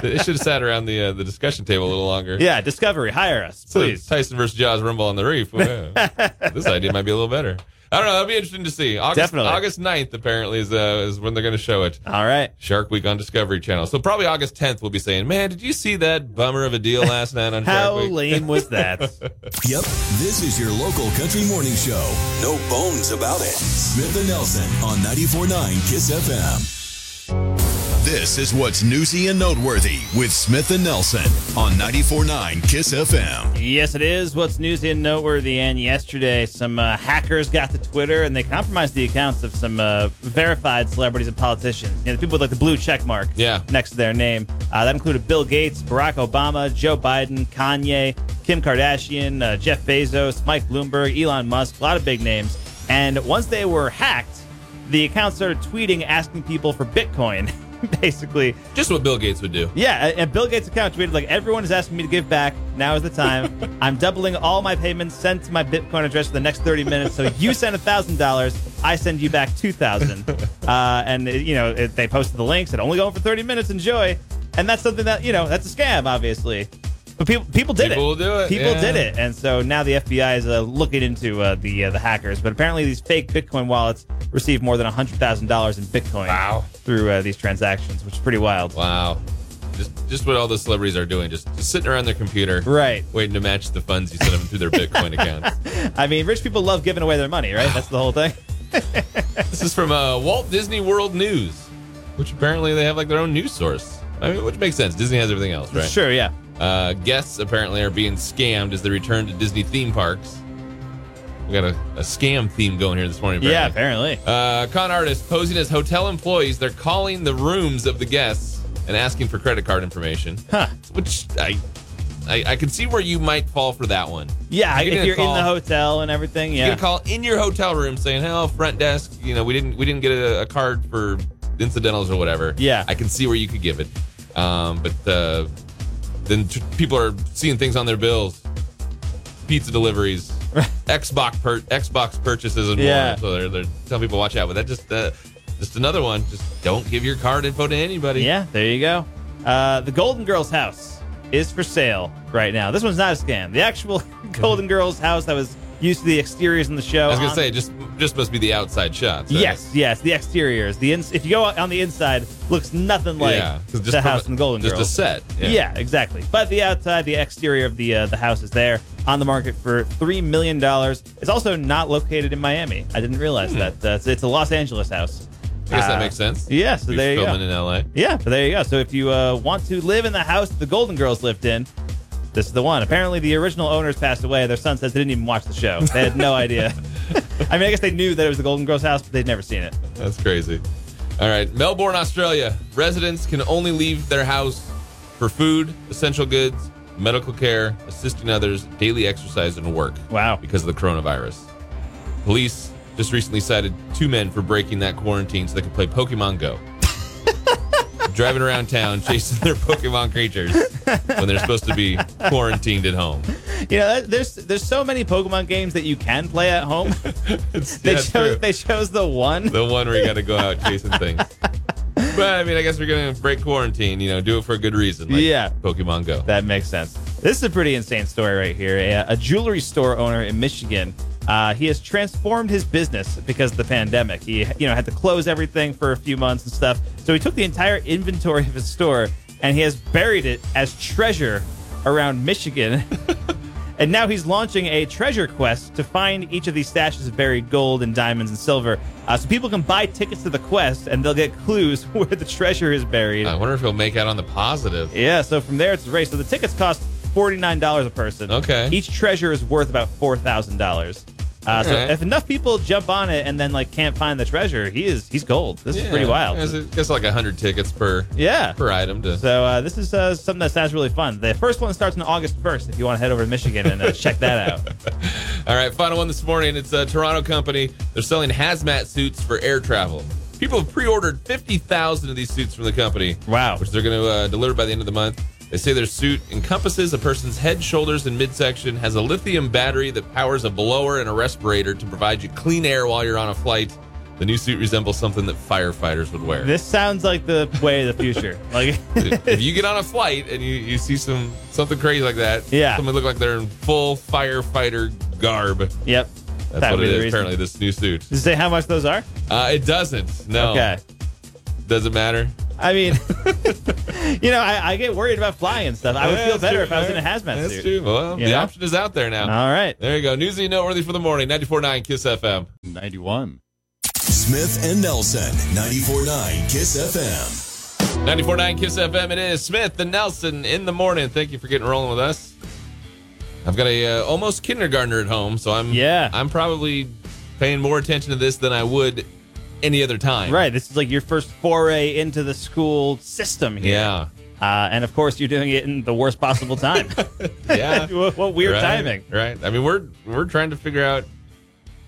Speaker 2: they should have sat around the uh, the discussion table a little longer.
Speaker 3: yeah. Discovery, hire us,
Speaker 2: So
Speaker 3: please.
Speaker 2: Tyson versus Jaws Rumble on the Reef. Well, yeah. this idea might be a little better. I don't know. That'll be interesting to see. August,
Speaker 3: Definitely.
Speaker 2: August 9th, apparently, is, uh, is when they're going to show it.
Speaker 3: All right.
Speaker 2: Shark Week on Discovery Channel. So probably August 10th, we'll be saying, man, did you see that bummer of a deal last night on
Speaker 3: How
Speaker 2: Shark Week?
Speaker 3: lame was that?
Speaker 1: Yep, this is your local country morning show. No bones about it. Smith and Nelson on 94.9 Kiss FM. This is what's newsy and noteworthy with Smith and Nelson on 94.9 Kiss FM.
Speaker 3: yes, it is. What's newsy and noteworthy? And yesterday, some uh, hackers got to Twitter and they compromised the accounts of some uh, verified celebrities and politicians. You know, the people with like the blue check mark
Speaker 2: Yeah.
Speaker 3: next to their name. Uh, that included Bill Gates, Barack Obama, Joe Biden, Kanye, Kim Kardashian, uh, Jeff Bezos, Mike Bloomberg, Elon Musk, a lot of big names. And once they were hacked, the account started tweeting asking people for Bitcoin, basically.
Speaker 2: Just what Bill Gates would do.
Speaker 3: Yeah, and- and Bill Gates' account tweeted like everyone is asking me to give back. Now is the time. I'm doubling all my payments sent to my Bitcoin address for the next 30 minutes. So you send thousand dollars, I send you back two thousand. Uh, and it- you know it, they posted the links. It only go for 30 minutes. Enjoy. And that's something that you know that's a scam, obviously. But people people did
Speaker 2: People will
Speaker 3: it.
Speaker 2: do it,
Speaker 3: People
Speaker 2: yeah.
Speaker 3: did it. And so now the FBI is uh, looking into uh, the uh, the hackers. But apparently these fake Bitcoin wallets received more than hundred thousand dollars in Bitcoin
Speaker 2: Wow.
Speaker 3: through uh, these transactions, which is pretty wild.
Speaker 2: Wow. Just just what all the celebrities are doing. Just, just sitting around their computer.
Speaker 3: Right.
Speaker 2: Waiting to match the funds you sent them through their Bitcoin accounts.
Speaker 3: I mean, rich people love giving away their money, right? That's the whole thing.
Speaker 2: This is from uh, Walt Disney World News, which apparently they have like their own news source. I mean, which makes sense. Disney has everything else, right?
Speaker 3: Sure, yeah.
Speaker 2: Uh, guests apparently are being scammed as they return to Disney theme parks. We got a, a scam theme going here this morning.
Speaker 3: Yeah,
Speaker 2: Apparently.
Speaker 3: apparently.
Speaker 2: Uh, con artists posing as hotel employees, they're calling the rooms of the guests and asking for credit card information.
Speaker 3: Huh.
Speaker 2: Which I, I, I can see where you might fall for that one.
Speaker 3: Yeah,
Speaker 2: You're
Speaker 3: if
Speaker 2: gonna
Speaker 3: you're
Speaker 2: call-
Speaker 3: in the hotel and everything,
Speaker 2: You
Speaker 3: yeah.
Speaker 2: get a call in your hotel room saying, "Hello, front desk. You know, we didn't we didn't get a, a card for incidentals or whatever."
Speaker 3: Yeah.
Speaker 2: I can see where you could give it, um, but uh, then t- people are seeing things on their bills, pizza deliveries, Xbox pur- Xbox purchases, and
Speaker 3: Yeah.
Speaker 2: more. So they're, they're telling people watch out. But that just uh, just another one. Just don't give your card info to anybody.
Speaker 3: Yeah, there you go. Uh, the Golden Girls house is for sale right now. This one's not a scam. The actual Golden Girls house that was used to the exteriors in the show.
Speaker 2: I was gonna
Speaker 3: on-
Speaker 2: say it just just must be the outside shots. right?
Speaker 3: Um, Yes, yes, the exteriors. The ins- if you go on the inside, looks nothing like
Speaker 2: yeah. 'Cause just
Speaker 3: the
Speaker 2: from
Speaker 3: house
Speaker 2: a-
Speaker 3: in the Golden
Speaker 2: just
Speaker 3: Girls.
Speaker 2: a set.
Speaker 3: Yeah. exactly. But the outside, the exterior of the uh, the house is there on the market for three million dollars. It's also not located in Miami. I didn't realize that. Uh, it's, it's a Los Angeles house.
Speaker 2: Hmm. I guess
Speaker 3: Uh,
Speaker 2: that makes sense.
Speaker 3: Yeah, uh, so
Speaker 2: We're
Speaker 3: there you go.
Speaker 2: filming in L.A.
Speaker 3: yeah, so there you go. So if you uh, want to live in the house that the Golden Girls lived in, this is the one. Apparently, the original owners passed away. Their son says they didn't even watch the show. They had no idea. I mean, I guess they knew that it was the Golden Girls house, but they'd never seen it.
Speaker 2: That's crazy. All right, Melbourne, Australia. Residents can only leave their house for food, essential goods, medical care, assisting others, daily exercise, and work
Speaker 3: Wow.
Speaker 2: because of the coronavirus. Police just recently cited two men for breaking that quarantine so they could play Pokemon Go. Driving around town chasing their Pokemon creatures when they're supposed to be quarantined at home.
Speaker 3: You know, that- there's there's so many Pokemon games that you can play at home. They
Speaker 2: Yeah, it's true.
Speaker 3: chose they chose the one.
Speaker 2: The one where you got to go out chasing things. But I mean, I guess we're gonna break quarantine. You know, do it for a good reason. Like
Speaker 3: Yeah.
Speaker 2: Pokemon Go.
Speaker 3: That makes sense. This is a pretty insane story right here. A, a jewelry store owner in Michigan. Uh, he has transformed his business because of the pandemic. He, you know, had to close everything for a few months and stuff. So he took the entire inventory of his store and he has buried it as treasure around Michigan. And now he's launching a treasure quest to find each of these stashes of buried gold and diamonds and silver. Uh, so people can buy tickets to the quest and they'll get clues where the treasure is buried.
Speaker 2: I wonder if he'll make out on the positive.
Speaker 3: Yeah, so from there it's a race. So the tickets cost forty nine dollars a person.
Speaker 2: Okay.
Speaker 3: Each treasure is worth about four thousand dollars. Uh, so
Speaker 2: Alright.
Speaker 3: if enough people jump on it and then like can't find the treasure, he is he's gold. This is pretty wild.
Speaker 2: It's, it's like hundred tickets per
Speaker 3: yeah.
Speaker 2: per item to.
Speaker 3: So uh, this is uh, something that sounds really fun. The first one starts on August first. If you want to head over to Michigan and uh, check that out.
Speaker 2: All right, final one this morning. It's a Toronto company. They're selling hazmat suits for air travel. People have pre-ordered fifty thousand of these suits from the company.
Speaker 3: Wow.
Speaker 2: which they're going to uh, deliver by the end of the month. They say their suit encompasses a person's head, shoulders, and midsection, has a lithium battery that powers a blower and a respirator to provide you clean air while you're on a flight. The new suit resembles something that firefighters would wear.
Speaker 3: This sounds like the way of the future. Like
Speaker 2: if you get on a flight and you, you see some something crazy like that,
Speaker 3: Yeah.
Speaker 2: someone look like they're in full firefighter garb.
Speaker 3: Yep.
Speaker 2: That's
Speaker 3: That would
Speaker 2: what it
Speaker 3: be the
Speaker 2: is.
Speaker 3: reason.
Speaker 2: Apparently, this new suit.
Speaker 3: Does it say how much those are?
Speaker 2: Uh, it doesn't. No.
Speaker 3: Okay.
Speaker 2: Doesn't matter.
Speaker 3: I mean, you know, I, I get worried about flying and stuff. I would
Speaker 2: Yeah,
Speaker 3: feel
Speaker 2: that's
Speaker 3: better
Speaker 2: true.
Speaker 3: if I was in a hazmat
Speaker 2: That's
Speaker 3: suit.
Speaker 2: true. Well,
Speaker 3: You
Speaker 2: the
Speaker 3: know?
Speaker 2: option is out there now.
Speaker 3: All right.
Speaker 2: There you go. Newsy noteworthy for the morning. 94.9 Kiss FM.
Speaker 9: 91.
Speaker 1: Smith and Nelson, 94.9 Kiss FM.
Speaker 2: 94.9 Kiss FM. It is Smith and Nelson in the morning. Thank you for getting rolling with us. I've got a uh, almost kindergartner at home, so I'm
Speaker 3: Yeah.
Speaker 2: I'm probably paying more attention to this than I would any other time.
Speaker 3: Right. This is like your first foray into the school system here.
Speaker 2: Yeah.
Speaker 3: Uh, and of course, you're doing it in the worst possible time.
Speaker 2: Yeah.
Speaker 3: what, what weird
Speaker 2: Right,
Speaker 3: timing.
Speaker 2: Right. I mean, we're we're trying to figure out,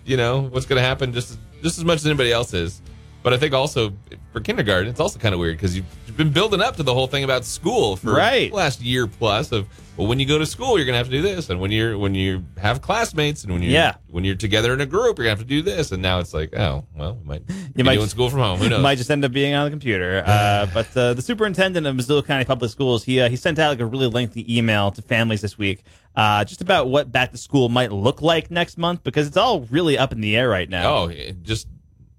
Speaker 2: you know, what's going to happen just just as much as anybody else is. But I think also for kindergarten, it's also kind of weird because you've you've been building up to the whole thing about school for
Speaker 3: Right.
Speaker 2: the last year plus of well, when you go to school, you're going to have to do this, and when you're when you have classmates, and when you
Speaker 3: Yeah.
Speaker 2: when you're together in a group, you're going to have to do this. And now it's like, oh, well, we might be
Speaker 3: might
Speaker 2: doing
Speaker 3: just-
Speaker 2: school from home. Who knows?
Speaker 3: Might just end up being on the computer. Uh, but uh, the superintendent of Missoula County Public Schools, he, uh, he sent out like a really lengthy email to families this week uh, just about what back to school might look like next month because it's all really up in the air right now.
Speaker 2: oh, it just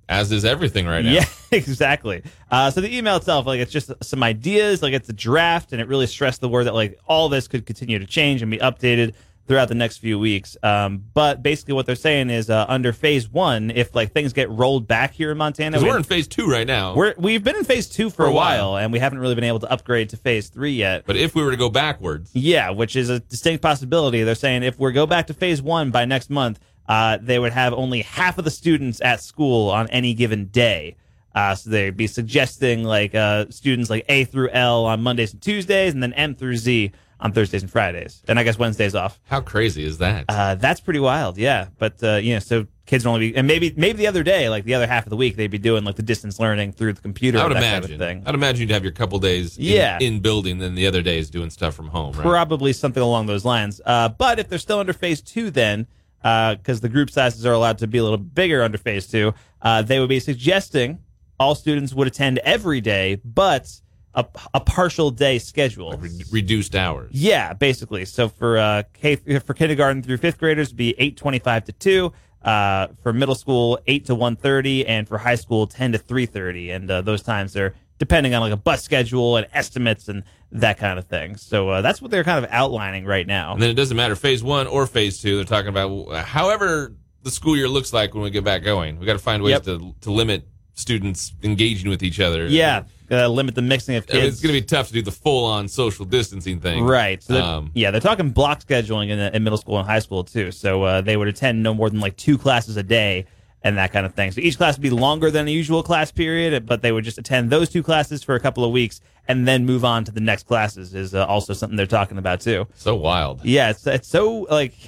Speaker 2: as is everything right now.
Speaker 3: Yeah, exactly. Uh, so the email itself, like, it's just some ideas, like, it's a draft, and it really stressed the word that, like, all this could continue to change and be updated throughout the next few weeks. Um, but basically, what they're saying is uh, under phase one, if, like, things get rolled back here in Montana,
Speaker 2: 'Cause
Speaker 3: we-
Speaker 2: we're in phase two right now.
Speaker 3: we're, we've been in phase two for,
Speaker 2: For
Speaker 3: a
Speaker 2: a
Speaker 3: while,
Speaker 2: while.
Speaker 3: and we haven't really been able to upgrade to phase three yet.
Speaker 2: but if we were to go backwards,
Speaker 3: Yeah, which is a distinct possibility. They're saying if we go back to phase one by next month, uh, they would have only half of the students at school on any given day. Uh, so they'd be suggesting like uh, students like A through L on Mondays and Tuesdays, and then M through Z on Thursdays and Fridays, and I guess Wednesdays off.
Speaker 2: how crazy is that?
Speaker 3: Uh, that's pretty wild, yeah. But uh, you know, so kids would only be, and maybe maybe the other day, like the other half of the week, they'd be doing like the distance learning through the computer.
Speaker 2: I would
Speaker 3: that
Speaker 2: imagine.
Speaker 3: Kind of thing.
Speaker 2: I'd imagine you'd have your couple days in,
Speaker 3: Yeah.
Speaker 2: in building, then the other days doing stuff from home, right?
Speaker 3: probably something along those lines. Uh, but if they're still under phase two, then because the group sizes are allowed to be a little bigger under phase two, uh, they would be suggesting all students would attend every day, but a, a partial day schedule.
Speaker 2: Re- reduced hours.
Speaker 3: Yeah, basically. So for uh, K for kindergarten through fifth graders, it'd be eight twenty five to two. Uh, for middle school, eight to one thirty, and for high school, ten to three thirty. And uh, those times are depending on like a bus schedule and estimates and that kind of thing. So uh, that's what they're kind of outlining right now.
Speaker 2: And then it doesn't matter phase one or phase two. They're talking about uh, however the school year looks like when we get back going. We got to find ways
Speaker 3: Yep.
Speaker 2: to to limit students engaging with each other.
Speaker 3: Yeah, uh, limit the mixing of
Speaker 2: I mean,
Speaker 3: kids.
Speaker 2: it's going to be tough to do the full on social distancing thing.
Speaker 3: Right. So they're-
Speaker 2: Um,
Speaker 3: yeah, they're talking block scheduling in, in middle school and high school too. So uh, they would attend no more than like two classes a day and that kind of thing. So each class would be longer than a usual class period, but they would just attend those two classes for a couple of weeks and then move on to the next classes. Is uh, also something they're talking about too.
Speaker 2: So wild.
Speaker 3: Yeah, it's, it's so like.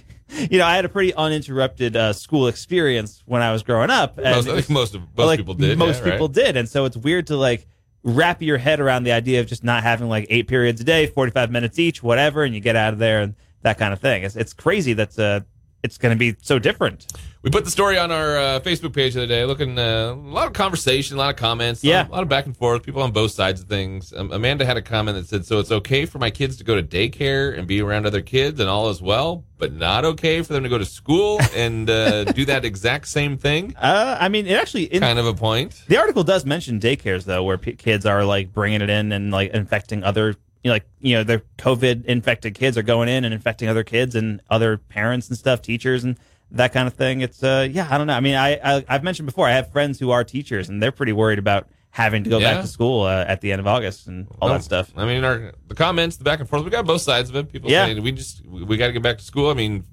Speaker 3: You know, I had a pretty uninterrupted uh, school experience when I was growing up. and
Speaker 2: Most,
Speaker 3: it
Speaker 2: I
Speaker 3: was-
Speaker 2: think most of most
Speaker 3: like,
Speaker 2: people did.
Speaker 3: Most
Speaker 2: yeah, right?
Speaker 3: people did, and so it's weird to like wrap your head around the idea of just not having like eight periods a day, forty five minutes each, whatever, and you get out of there and that kind of thing. It's it's crazy that's uh it's going to be so different.
Speaker 2: We put the story on our uh, Facebook page the other day. Looking uh, a lot of conversation, a lot of comments, a lot- a
Speaker 3: Yeah.
Speaker 2: lot of back and forth. People on both sides of things. Um, Amanda had a comment that said, "So it's okay for my kids to go to daycare and be around other kids and all is well, but not okay for them to go to school and uh, do that exact same thing."
Speaker 3: Uh, I mean, it actually in,
Speaker 2: Kind of a point.
Speaker 3: the article does mention daycares though, where p- kids are like bringing it in and like infecting other. You know, like you know, their COVID infected kids are going in and infecting other kids and other parents and stuff, teachers and that kind of thing. It's uh, yeah, I don't know. I mean, I, I I've mentioned before, I have friends who are teachers and they're pretty worried about having to go
Speaker 2: Yeah.
Speaker 3: back to school uh, at the end of August and all
Speaker 2: No,
Speaker 3: that stuff.
Speaker 2: I mean, our the comments, the back and forth. We got both sides of it. People
Speaker 3: Yeah.
Speaker 2: saying we just we, got to get back to school. I mean,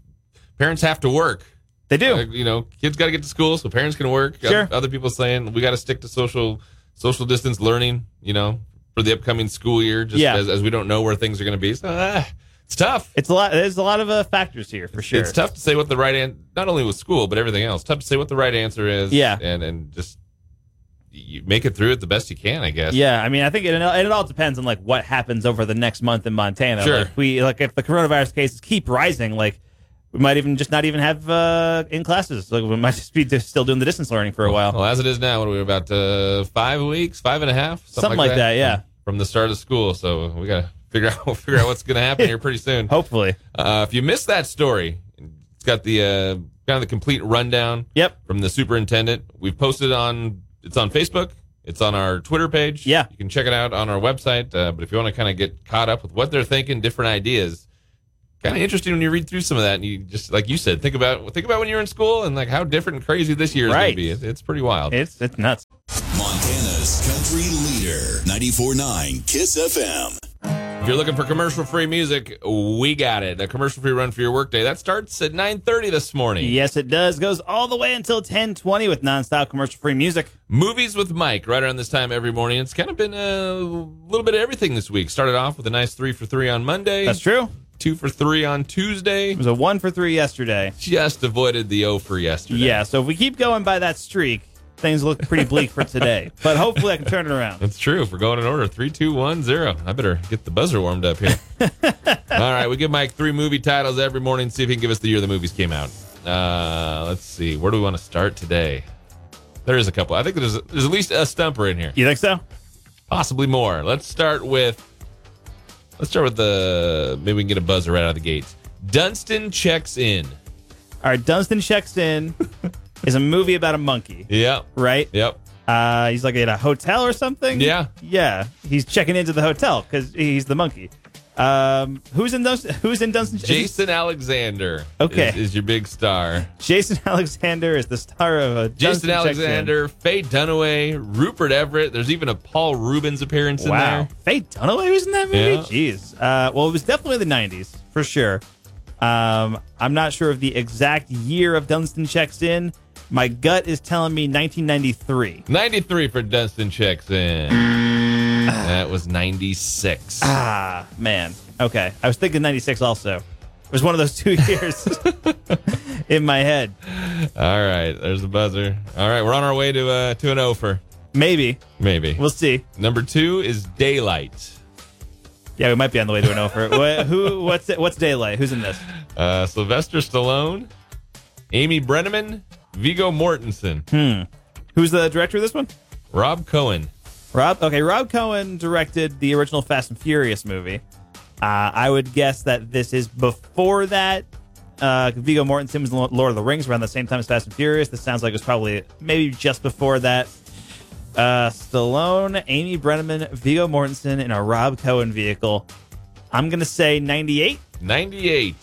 Speaker 2: parents have to work.
Speaker 3: They do.
Speaker 2: Like, you know, kids got to get to school so parents can work.
Speaker 3: Sure.
Speaker 2: Other people saying we got to stick to social social distance learning. You know, for the upcoming school year, just
Speaker 3: Yeah.
Speaker 2: as, as we don't know where things are going to be. So ah, it's tough.
Speaker 3: It's a lot. There's a lot of uh, factors here for sure.
Speaker 2: It's tough to say what the right an- not only with school but everything else. Tough to say what the right answer is.
Speaker 3: Yeah.
Speaker 2: and and just you make it through it the best you can, I guess.
Speaker 3: Yeah, I mean, I think it, and it all depends on like what happens over the next month in Montana.
Speaker 2: Sure.
Speaker 3: Like we like if the coronavirus cases keep rising, like we might even just not even have uh, in classes. Like we might just be just still doing the distance learning for a while.
Speaker 2: Well, as it is now, what are we about uh, five weeks, five and a half,
Speaker 3: Something like that, yeah.
Speaker 2: from the start of school. So we got to figure out figure out what's going to happen here pretty soon.
Speaker 3: Hopefully,
Speaker 2: Uh, if you missed that story, it's got the uh, kind of the complete rundown
Speaker 3: Yep.
Speaker 2: from the superintendent. We've posted on it's on Facebook, it's on our Twitter page.
Speaker 3: Yeah.
Speaker 2: you can check it out on our website. Uh, but if you want to kind of get caught up with what they're thinking, different ideas, kind of interesting when you read through some of that. And you just like you said, think about think about when you're in school and like how different and crazy this year is going
Speaker 3: Right.
Speaker 2: to be. It, it's pretty wild.
Speaker 3: It's it's nuts.
Speaker 1: Montana's country leader, 94.9 Kiss FM.
Speaker 2: If you're looking for commercial-free music, we got it. A commercial-free run for your workday that starts at 9:30 this morning.
Speaker 3: Yes, it does. Goes all the way until 1020 with nonstop commercial free music.
Speaker 2: Movies with Mike, right around this time every morning. It's kind of been a little bit of everything this week. Started off with a nice three for three on Monday.
Speaker 3: That's true.
Speaker 2: Two for three on Tuesday.
Speaker 3: It was a one for three yesterday.
Speaker 2: Just avoided the O for yesterday.
Speaker 3: Yeah, so if we keep going by that streak, things look pretty bleak for today. But hopefully I can turn it around.
Speaker 2: That's true. If we're going in order, three, two, one, zero. I better get the buzzer warmed up here. All right, we give Mike three movie titles every morning. See if he can give us the year the movies came out. Uh, let's see. Where do we want to start today? There is a couple. I think there's there's at least a stumper in here.
Speaker 3: You think so?
Speaker 2: possibly more. Let's start with let's start with the maybe we can get a buzzer right out of the gates. Dunstan checks in.
Speaker 3: All right, Dunstan checks in. is a movie about a monkey,
Speaker 2: Yep.
Speaker 3: right?
Speaker 2: Yep.
Speaker 3: Uh, he's like at a hotel or something.
Speaker 2: Yeah.
Speaker 3: yeah. He's checking into the hotel because he's the monkey. Um, who's in those? Who's in Dunstan?
Speaker 2: Jason Alexander.
Speaker 3: Okay.
Speaker 2: Is, is your big star.
Speaker 3: Jason Alexander is the star of uh, a
Speaker 2: Jason
Speaker 3: Dunstan Checks In.
Speaker 2: Alexander, Faye Dunaway, Rupert Everett. There's even a Paul Rubens appearance
Speaker 3: Wow,
Speaker 2: in
Speaker 3: Faye Dunaway was in that movie.
Speaker 2: Yeah.
Speaker 3: Jeez. Uh, well, it was definitely the '90s for sure. Um, I'm not sure of the exact year of Dunstan checks in. My gut is telling me 1993.
Speaker 2: there. 93 for Dunstan checks in. that was 96.
Speaker 3: Ah, man. Okay. I was thinking 96 also. It was one of those two years in my head.
Speaker 2: All right, there's the buzzer. All right, we're on our way to uh, to an offer.
Speaker 3: Maybe.
Speaker 2: Maybe.
Speaker 3: We'll see.
Speaker 2: Number 2 is Daylight.
Speaker 3: Yeah, we might be on the way to an offer. What, who? What's it, what's daylight? Who's in this?
Speaker 2: Uh, Sylvester Stallone, Amy Brenneman, Vigo Mortensen,
Speaker 3: Who's the director of this one?
Speaker 2: Rob Cohen.
Speaker 3: Rob. Okay, Rob Cohen directed the original Fast and Furious movie. Uh, I would guess that this is before that. Uh, Vigo Mortensen was in Lord of the Rings around the same time as Fast and Furious. This sounds like it was probably maybe just before that. Uh, Stallone, Amy Brenneman, Vigo Mortensen in a Rob Cohen vehicle. I'm gonna say 98.
Speaker 2: 98.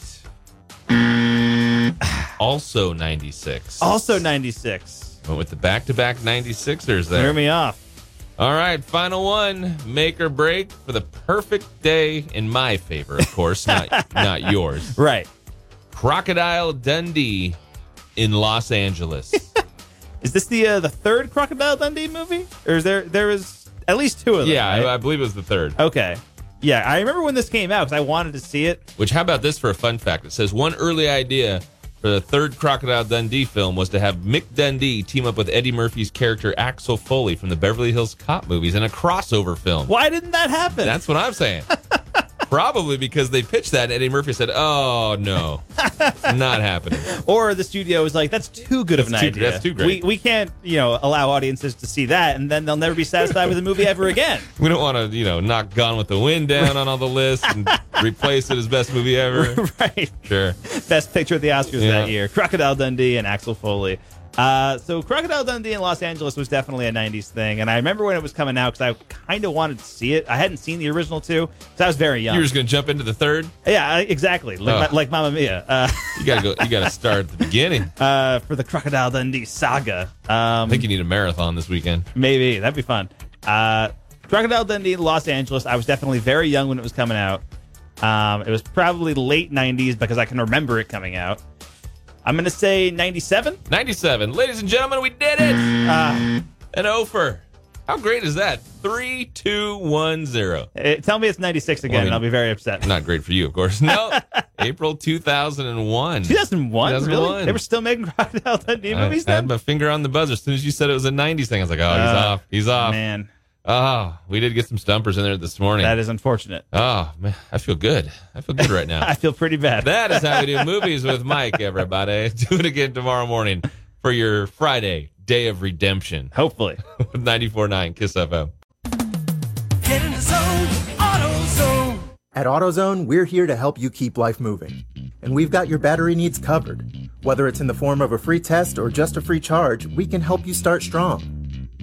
Speaker 2: also 96.
Speaker 3: Also 96.
Speaker 2: Went with the back to back 96ers
Speaker 3: Hear
Speaker 2: there.
Speaker 3: me off.
Speaker 2: All right, final one. Make or break for the perfect day in my favor, of course, not, not yours.
Speaker 3: Right.
Speaker 2: Crocodile Dundee in Los Angeles.
Speaker 3: Is this the uh, the third Crocodile Dundee movie, or is there there is at least two of them?
Speaker 2: yeah,
Speaker 3: right?
Speaker 2: I, I believe it was the third.
Speaker 3: Okay. Yeah, I remember when this came out because I wanted to see it.
Speaker 2: Which, how about this for a fun fact? It says one early idea for the third Crocodile Dundee film was to have Mick Dundee team up with Eddie Murphy's character Axel Foley from the Beverly Hills Cop movies in a crossover film.
Speaker 3: Why didn't that happen?
Speaker 2: That's what I'm saying. Probably because they pitched that, and Eddie Murphy said, "Oh no, not happening."
Speaker 3: or the studio was like, "That's too good of an
Speaker 2: That's too-
Speaker 3: idea.
Speaker 2: that's too great."
Speaker 3: We, we can't, you know, allow audiences to see that, and then they'll never be satisfied with a movie ever again."
Speaker 2: We don't want to, you know, knock Gone with the Wind down on all the lists and replace it as best movie ever.
Speaker 3: right.
Speaker 2: Sure.
Speaker 3: Best picture at the Oscars
Speaker 2: Yeah.
Speaker 3: that year: Crocodile Dundee and Axel Foley. Uh, so Crocodile Dundee in Los Angeles was definitely a '90s thing, and I remember when it was coming out because I kind of wanted to see it. I hadn't seen the original two because I was very young.
Speaker 2: You're Oh. just gonna jump into the third.
Speaker 3: yeah, I- exactly. Like,
Speaker 2: Ugh.
Speaker 3: Ma- like Mamma Mia. Uh,
Speaker 2: You gotta go. You gotta start at the beginning. I
Speaker 3: uh, for the Crocodile Dundee saga. Um,
Speaker 2: think you need a marathon this weekend.
Speaker 3: maybe that'd be fun. Uh, Crocodile Dundee, Los Angeles. I was definitely very young when it was coming out. Um, it was probably late '90s because I can remember it coming out. I'm gonna say '97.
Speaker 2: 97. Ladies and gentlemen, we did it!
Speaker 3: Uh,
Speaker 2: An offer. How great is that? 3210.
Speaker 3: eh, tell me it's '96 again,
Speaker 2: Well, I mean-
Speaker 3: and I'll be very upset.
Speaker 2: Not great for you, of course. No. April 2001.
Speaker 3: 2001,
Speaker 2: 2001.
Speaker 3: really? They were still making Crocodile Dundee
Speaker 2: I,
Speaker 3: movies
Speaker 2: I had
Speaker 3: then.
Speaker 2: my finger on the buzzer. As soon as you said it was a 90s thing, I was like, oh, he's
Speaker 3: Uh,
Speaker 2: off. He's off.
Speaker 3: Man,
Speaker 2: Oh, we did get some stumpers in there this morning.
Speaker 3: that is unfortunate.
Speaker 2: oh, man. I feel good. I feel good right now.
Speaker 3: I feel pretty bad.
Speaker 2: that is how we do movies with Mike, everybody. Do it again tomorrow morning for your Friday, Day of Redemption.
Speaker 3: Hopefully.
Speaker 2: 94.9 Kiss FM.
Speaker 9: Get in the zone, AutoZone.
Speaker 10: At AutoZone, we're here to help you keep life moving. And we've got your battery needs covered. Whether it's in the form of a free test or just a free charge, we can help you start strong.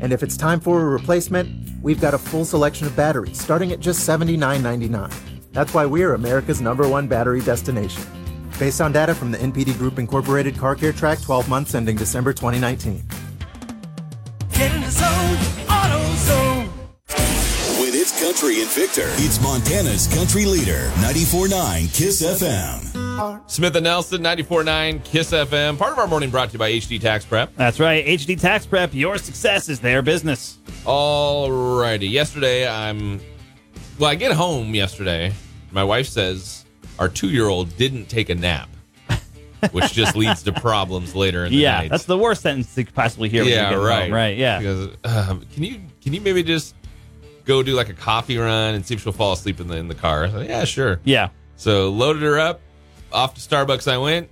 Speaker 10: And if it's time for a replacement, we've got a full selection of batteries starting at just $79.99. That's why we're America's number one battery destination. Based on data from the NPD Group Incorporated Car Care Track 12 months ending December 2019.
Speaker 9: Get in the zone, AutoZone.
Speaker 1: With its country and Victor, it's Montana's country leader, 94.9 Kiss FM.
Speaker 2: Smith and Nelson, 94.9 KISS FM. Part of our morning brought to you by HD Tax Prep.
Speaker 3: That's right. HD Tax Prep, your success is their business.
Speaker 2: Alrighty. Yesterday, I'm. Well, I get home yesterday. My wife says our two year old didn't take a nap, which just leads to problems later in the
Speaker 3: yeah,
Speaker 2: night.
Speaker 3: that's the worst sentence to possibly hear. when you
Speaker 2: yeah,
Speaker 3: get home,
Speaker 2: right.
Speaker 3: right. Yeah.
Speaker 2: Because, uh, can you can you maybe just go do like a coffee run and see if she'll fall asleep in the in the car? I said, yeah, sure.
Speaker 3: Yeah.
Speaker 2: So loaded her up. Off to Starbucks I went.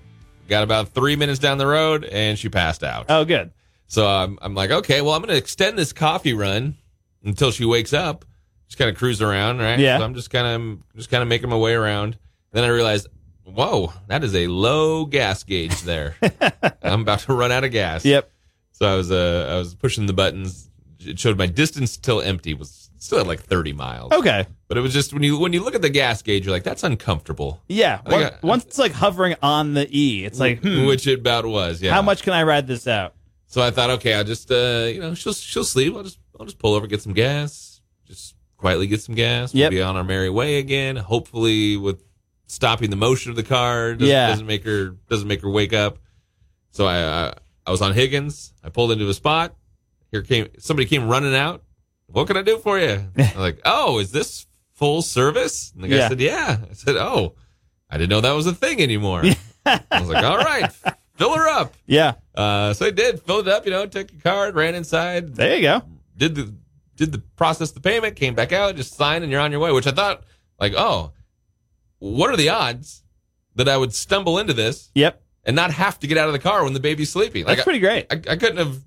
Speaker 2: Got about three minutes down the road and she passed out.
Speaker 3: Oh, good.
Speaker 2: So I'm, I'm like, okay, well, I'm going to extend this coffee run until she wakes up. Just kind of cruise around, right?
Speaker 3: Yeah.
Speaker 2: So I'm just kind of just kind of making my way around. Then I realized, whoa, that is a low gas gauge there. I'm about to run out of gas.
Speaker 3: Yep.
Speaker 2: So I was uh, I was pushing the buttons. It showed my distance till empty was still at like 30 miles.
Speaker 3: Okay.
Speaker 2: But it was just when you when you look at the gas gauge, you're like, that's uncomfortable.
Speaker 3: Yeah.
Speaker 2: I think
Speaker 3: Once-
Speaker 2: I-
Speaker 3: once it's like hovering on the E, it's like, hmm,
Speaker 2: Which it about was. Yeah.
Speaker 3: how much can I ride this out?
Speaker 2: So I thought, okay, I'll just uh, you know, she'll she'll sleep. I'll just I'll just pull over, get some gas, just quietly get some gas. We'll
Speaker 3: Yep.
Speaker 2: be on our merry way again. Hopefully, with stopping the motion of the car, doesn't,
Speaker 3: Yeah.
Speaker 2: doesn't make her doesn't make her wake up. So I, I I was on Higgins. I pulled into a spot. Here came somebody came running out. What can I do for you? I'm like, oh, is this full service? And the guy
Speaker 3: Yeah.
Speaker 2: said, yeah. I said, oh, I didn't know that was a thing anymore. I was like, all right, fill her up.
Speaker 3: Yeah.
Speaker 2: Uh, so I did. Filled it up, you know, took your card, ran inside,
Speaker 3: There you go.
Speaker 2: did the did the process the payment, came back out, just sign, and you're on your way. Which I thought, like, oh, what are the odds that I would stumble into this
Speaker 3: Yep.
Speaker 2: and not have to get out of the car when the baby's sleeping? Like,
Speaker 3: That's pretty great.
Speaker 2: I, I couldn't have,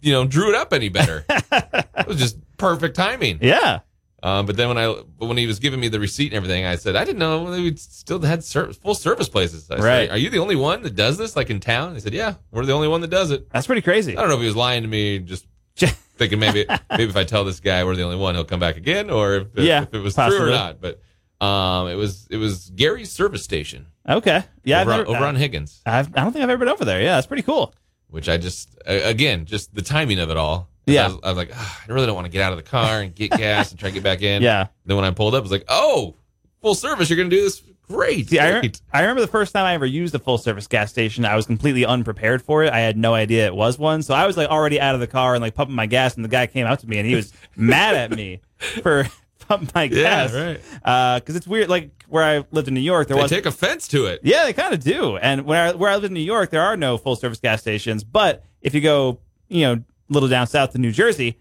Speaker 2: you know, drew it up any better. it was just perfect timing.
Speaker 3: Yeah.
Speaker 2: Um, but then when I but when he was giving me the receipt and everything, I said I didn't know that we still had ser- full service places. I said,
Speaker 3: Right.
Speaker 2: Are you the only one that does this, like in town? He said, Yeah, we're the only one that does it.
Speaker 3: That's pretty crazy.
Speaker 2: I don't know if he was lying to me, just thinking maybe maybe if I tell this guy we're the only one, he'll come back again, or if, if-
Speaker 3: Yeah,
Speaker 2: if it was true or
Speaker 3: possibly.
Speaker 2: not. But um, it was it was Gary's service station
Speaker 3: Okay. Yeah.
Speaker 2: over,
Speaker 3: I've
Speaker 2: on,
Speaker 3: never-
Speaker 2: over on Higgins,
Speaker 3: I've, I don't think I've ever been over there. Yeah. That's pretty cool.
Speaker 2: which I just uh, again just the timing of it all. 'Cause
Speaker 3: Yeah.
Speaker 2: I was, I was like, "Ah, I really don't want to get out of the car and get gas and try to get back in.
Speaker 3: Yeah.
Speaker 2: Then when I pulled up, I was like, oh, full service, you're gonna do this. Great.
Speaker 3: See, I,
Speaker 2: great.
Speaker 3: I remember the first time I ever used a full service gas station. I was completely unprepared for it. I had no idea it was one. So I was like already out of the car and like pumping my gas. And the guy came out to me and he was mad at me for pumping my
Speaker 2: Yeah,
Speaker 3: gas.
Speaker 2: right.
Speaker 3: Because it's weird. Like where I lived in New York, there
Speaker 2: They
Speaker 3: was.
Speaker 2: take offense to it.
Speaker 3: yeah, they kind of do. And where I, where I live in New York, there are no full service gas stations. But if you go, you know, a little down south to New Jersey,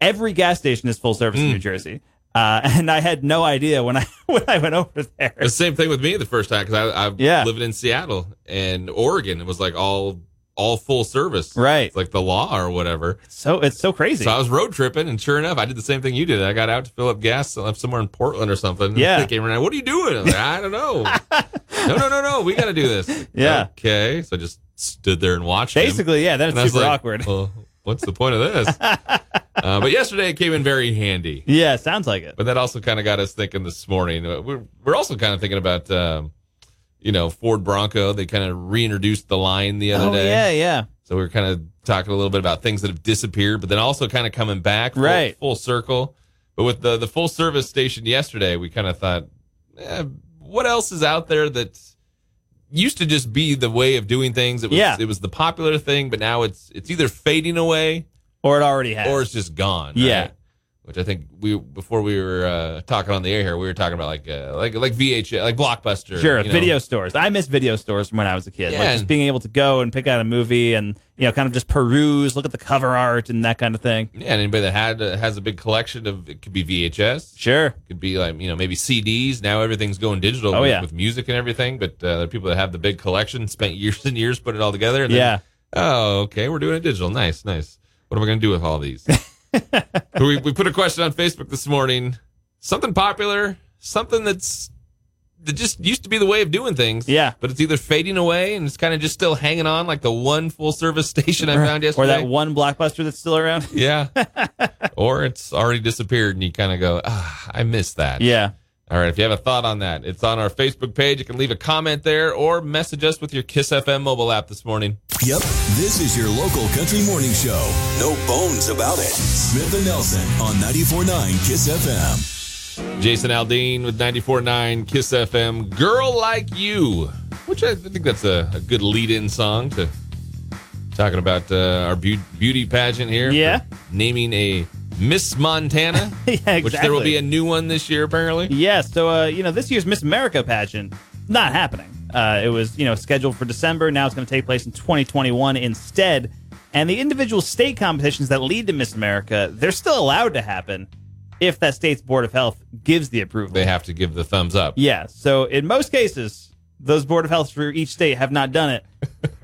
Speaker 3: every gas station is full service in
Speaker 2: Hmm.
Speaker 3: New Jersey. Uh, and I had no idea when I when I went over there.
Speaker 2: The same thing with me the first time because I, I
Speaker 3: Yeah.
Speaker 2: lived in Seattle and Oregon. It was like all all full service,
Speaker 3: Right.
Speaker 2: It's like the law or whatever.
Speaker 3: So it's so crazy.
Speaker 2: So I was road tripping, and sure enough, I did the same thing you did. I got out to fill up gas up somewhere in Portland or something.
Speaker 3: Yeah.
Speaker 2: they came around. What are you doing? I, was like, I don't know. no, no, no, no. We got to do this.
Speaker 3: Yeah.
Speaker 2: Okay. So I just stood there and watched. him.
Speaker 3: Basically, yeah, that's
Speaker 2: And I was
Speaker 3: super
Speaker 2: like,
Speaker 3: awkward.
Speaker 2: Well, what's the point of this? uh, but yesterday it came in very handy.
Speaker 3: yeah, sounds like it.
Speaker 2: But that also kind of got us thinking this morning. Uh, We're, we're also kind of thinking about, um, you know, Ford Bronco. They kind of reintroduced the line the other
Speaker 3: Oh
Speaker 2: day.
Speaker 3: yeah, yeah.
Speaker 2: So we are kind of talking a little bit about things that have disappeared, but then also kind of coming back full-
Speaker 3: Right.
Speaker 2: full, circle. But with the, the full service station yesterday, we kind of thought, eh, what else is out there that used to just be the way of doing things? It was,
Speaker 3: Yeah.
Speaker 2: it was the popular thing, but now it's it's either fading away
Speaker 3: Or it already has.
Speaker 2: or it's just gone.
Speaker 3: Yeah.
Speaker 2: right? Which I think we before we were uh, talking on the air here, we were talking about like uh, like like VHS, like Blockbuster,
Speaker 3: sure,
Speaker 2: you know.
Speaker 3: video stores. I miss video stores from when I was a kid.
Speaker 2: Yeah,
Speaker 3: Like just
Speaker 2: and-
Speaker 3: being able to go and pick out a movie and you know kind of just peruse, look at the cover art and that kind of thing.
Speaker 2: Yeah, and anybody that had uh, has a big collection of it could be VHS,
Speaker 3: Sure.
Speaker 2: could be like you know maybe CDs. Now everything's going digital
Speaker 3: Oh,
Speaker 2: with,
Speaker 3: yeah.
Speaker 2: with music and everything. But uh, there are people that have the big collection, spent years and years putting it all together. And
Speaker 3: Yeah.
Speaker 2: Then, oh, okay, we're doing it digital. Nice, nice. What am I going to do with all these? So we we put a question on Facebook this morning. Something popular, something that's that just used to be the way of doing things.
Speaker 3: Yeah.
Speaker 2: But it's either fading away and it's kind of just still hanging on like the one full service station I found yesterday.
Speaker 3: Or that one blockbuster that's still around.
Speaker 2: Yeah. or it's already disappeared and you kind of go, ah, I miss that.
Speaker 3: Yeah.
Speaker 2: All right. If you have a thought on that, it's on our Facebook page. You can leave a comment there or message us with your Kiss FM mobile app this morning.
Speaker 1: Yep. This is your local country morning show. No bones about it. Smith and Nelson on 94.9 Kiss FM.
Speaker 2: Jason Aldean with 94.9 Kiss FM, Girl Like You, which I think that's a, a good lead in song to talking about uh, our beau- beauty pageant here. for
Speaker 3: Yeah.
Speaker 2: Naming a Miss Montana,
Speaker 3: yeah, exactly.
Speaker 2: which there will be a new one this year, apparently.
Speaker 3: Yes. So, uh, you know, this year's Miss America pageant, not happening. Uh, it was, you know, scheduled for December. Now it's going to take place in 2021 instead. And the individual state competitions that lead to Miss America, they're still allowed to happen if that state's Board of Health gives the approval.
Speaker 2: They have to give the thumbs up.
Speaker 3: Yeah. So, in most cases, those Board of Health for each state have not done it.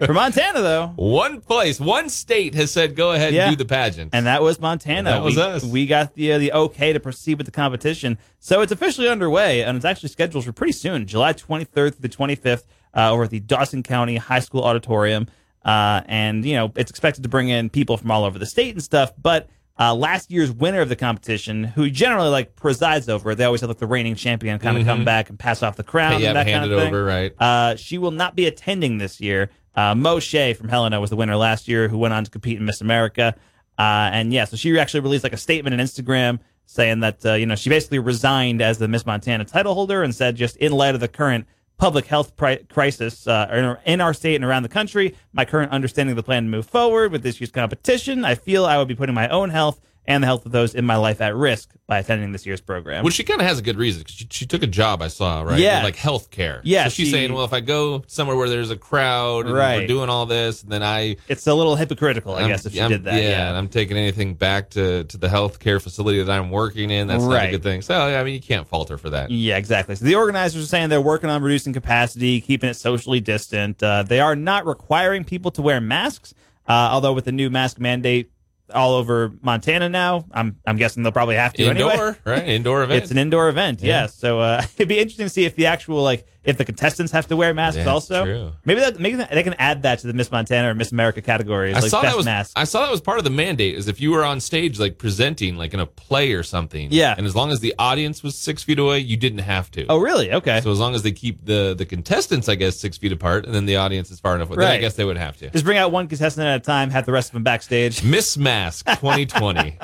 Speaker 3: For Montana, though,
Speaker 2: One place, one state has said, go ahead
Speaker 3: Yeah.
Speaker 2: and do the pageant.
Speaker 3: And that was Montana.
Speaker 2: That was
Speaker 3: we,
Speaker 2: us.
Speaker 3: We got the uh, the okay to proceed with the competition. So it's officially underway, and it's actually scheduled for pretty soon, July 23rd through the 25th, uh, over at the Dawson County High School Auditorium. Uh, and you know, it's expected to bring in people from all over the state and stuff. But uh, last year's winner of the competition, who generally like presides over it, they always have like the reigning champion kind of come back and pass off the crown.
Speaker 2: Mm-hmm. yeah,
Speaker 3: and that
Speaker 2: hand
Speaker 3: kind
Speaker 2: it
Speaker 3: of thing.
Speaker 2: over, right?
Speaker 3: Uh, she will not be attending this year. Uh, Mo Shea from Helena was the winner last year, who went on to compete in Miss America. Uh, and yeah, so she actually released like a statement on Instagram saying that uh, you know she basically resigned as the Miss Montana title holder and said just in light of the current public health pri- crisis uh, in, our, in our state and around the country, my current understanding of the plan to move forward with this year's competition, I feel I would be putting my own health and the health of those in my life at risk by attending this year's program.
Speaker 2: Well, she kind of has a good reason. 'cause She, she took a job I saw, right?
Speaker 3: Yeah.
Speaker 2: With, Like health care.
Speaker 3: Yeah,
Speaker 2: So she's
Speaker 3: she-
Speaker 2: saying, well, if I go somewhere where there's a crowd and we're
Speaker 3: Right.
Speaker 2: doing all this, then I.
Speaker 3: it's a little hypocritical, I
Speaker 2: I'm-
Speaker 3: guess, if she
Speaker 2: I'm-
Speaker 3: did that.
Speaker 2: Yeah, and I'm taking anything back to, to the health care facility that I'm working in. That's not a
Speaker 3: Right.
Speaker 2: good thing. So, I mean, you can't fault her for that.
Speaker 3: Yeah, exactly. So the organizers are saying they're working on reducing capacity, keeping it socially distant. Uh, they are not requiring people to wear masks, uh, although with the new mask mandate all over Montana now, I'm I'm guessing they'll probably have to
Speaker 2: Indoor,
Speaker 3: anyway.
Speaker 2: right? Indoor event.
Speaker 3: It's an indoor event, yeah. So uh, it'd be interesting to see if the actual like if the contestants have to wear masks
Speaker 2: That's
Speaker 3: also.
Speaker 2: true.
Speaker 3: Maybe that maybe that, they can add that to the Miss Montana or Miss America categories,
Speaker 2: I
Speaker 3: like
Speaker 2: saw
Speaker 3: best
Speaker 2: that was
Speaker 3: mask.
Speaker 2: I saw that was part of the mandate is if you were on stage like presenting like in a play or something,
Speaker 3: Yeah.
Speaker 2: and as long as the audience was six feet away, you didn't have to.
Speaker 3: oh, really? Okay.
Speaker 2: So as long as they keep the the contestants, I guess, six feet apart, and then the audience is far enough, away, then I
Speaker 3: Right.
Speaker 2: guess they would have to.
Speaker 3: Just bring out one contestant at a time, have the rest of them backstage.
Speaker 2: Miss Mask 2020.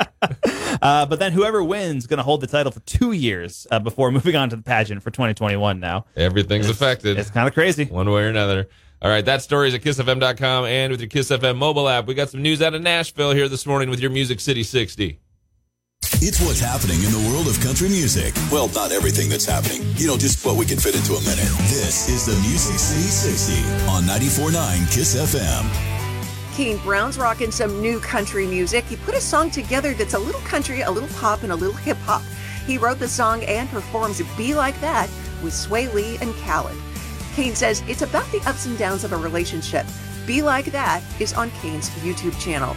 Speaker 3: Uh, but then whoever wins going to hold the title for two years uh, before moving on to the pageant for 2021 now.
Speaker 2: Everything's affected.
Speaker 3: It's kind of crazy.
Speaker 2: one way or another. All right, that story is at kissfm.com and with your Kiss FM mobile app. We got some news out of Nashville here this morning with your Music City 60.
Speaker 1: It's what's happening in the world of country music. Well, not everything that's happening. You know, just what we can fit into a minute. This is the Music City 60 on 94.9 Kiss FM.
Speaker 7: Keen Brown's rocking some new country music. He put a song together that's a little country, a little pop, and a little hip hop. He wrote the song and performs Be Like That with Sway Lee and Khaled. Kane says it's about the ups and downs of a relationship. Be Like That is on Kane's YouTube channel.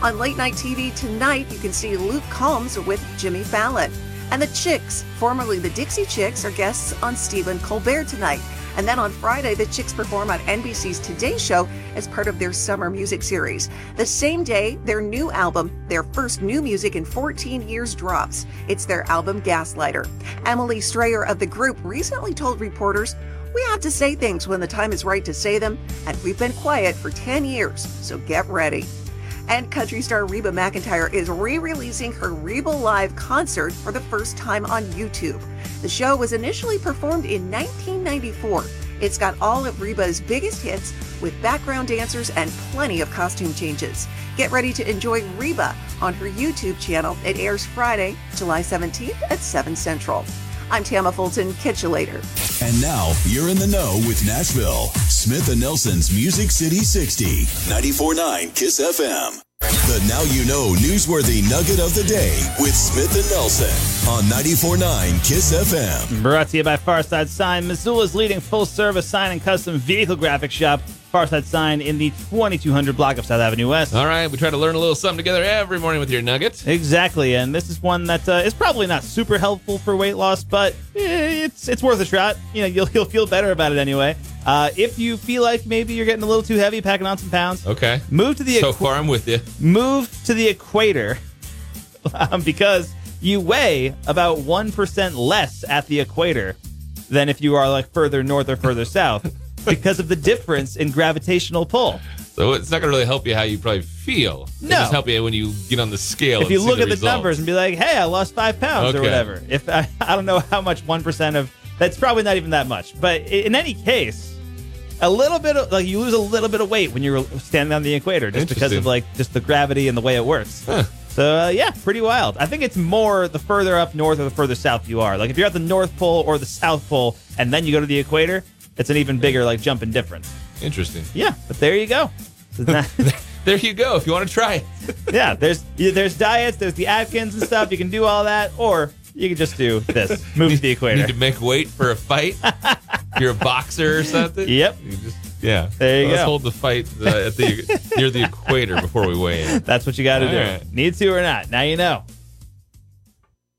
Speaker 7: On late night TV tonight, you can see Luke Combs with Jimmy Fallon. And the Chicks, formerly the Dixie Chicks, are guests on Stephen Colbert tonight. And then on Friday, the Chicks perform on NBC's Today Show as part of their summer music series. The same day, their new album, their first new music in 14 years, drops. It's their album Gaslighter. Emily Strayer of the group recently told reporters, we have to say things when the time is right to say them, and we've been quiet for 10 years, so get ready. And country star Reba McIntyre is re releasing her Reba Live concert for the first time on YouTube. The show was initially performed in 1994. It's got all of Reba's biggest hits with background dancers and plenty of costume changes. Get ready to enjoy Reba on her YouTube channel. It airs Friday, July 17th at 7 Central. I'm Tama Fulton. Catch you later.
Speaker 1: And now you're in the know with Nashville. Smith and Nelson's Music City 60, 94.9 Kiss FM. The Now You Know Newsworthy Nugget of the Day with Smith and Nelson on 94.9 KISS FM.
Speaker 3: Brought to you by Farside Sign, Missoula's leading full service sign and custom vehicle graphic shop. Farside Sign in the 2200 block of South Avenue West.
Speaker 2: All right, we try to learn a little something together every morning with your nugget.
Speaker 3: Exactly, and this is one that uh, is probably not super helpful for weight loss, but eh, it's it's worth a shot. You know, you'll you'll feel better about it anyway. Uh, if you feel like maybe you're getting a little too heavy, packing on some pounds,
Speaker 2: Okay.
Speaker 3: move to the
Speaker 2: Oh. So
Speaker 3: equa-
Speaker 2: far, I'm with you.
Speaker 3: move to the equator um, because you weigh about 1% less at the equator than if you are like further north or further south because of the difference in gravitational pull.
Speaker 2: So it's not going to really help you how you probably feel. It'll
Speaker 3: No.
Speaker 2: just help you when you get on the scale.
Speaker 3: If
Speaker 2: and
Speaker 3: you
Speaker 2: see
Speaker 3: look at the
Speaker 2: results.
Speaker 3: numbers and be like, hey, I lost five pounds or
Speaker 2: Okay.
Speaker 3: whatever. If I, I don't know how much 1% of that's probably not even that much, but i- in any case, a little bit of like you lose a little bit of weight when you're standing on the equator just because
Speaker 2: Interesting.
Speaker 3: of like just the gravity and the way it works. So uh, yeah, pretty wild. I think it's more the further up north or the further south you are. Like if you're at the North Pole or the South Pole and then you go to the equator, it's an even bigger like jump in difference.
Speaker 2: Interesting.
Speaker 3: Yeah, but there you go. Isn't that-
Speaker 2: There you go. If you want to try it.
Speaker 3: yeah, there's yeah, there's diets, there's the Atkins and stuff. You can do all that, or you can just do this. Move to
Speaker 2: need to
Speaker 3: the equator.
Speaker 2: make weight for a fight. if you're a boxer or something.
Speaker 3: Yep.
Speaker 2: You just, yeah.
Speaker 3: There you
Speaker 2: Let's
Speaker 3: go.
Speaker 2: hold the fight uh, at the near the equator before we weigh in.
Speaker 3: That's what you got to
Speaker 2: All
Speaker 3: do.
Speaker 2: right.
Speaker 3: Need to or not? Now you know.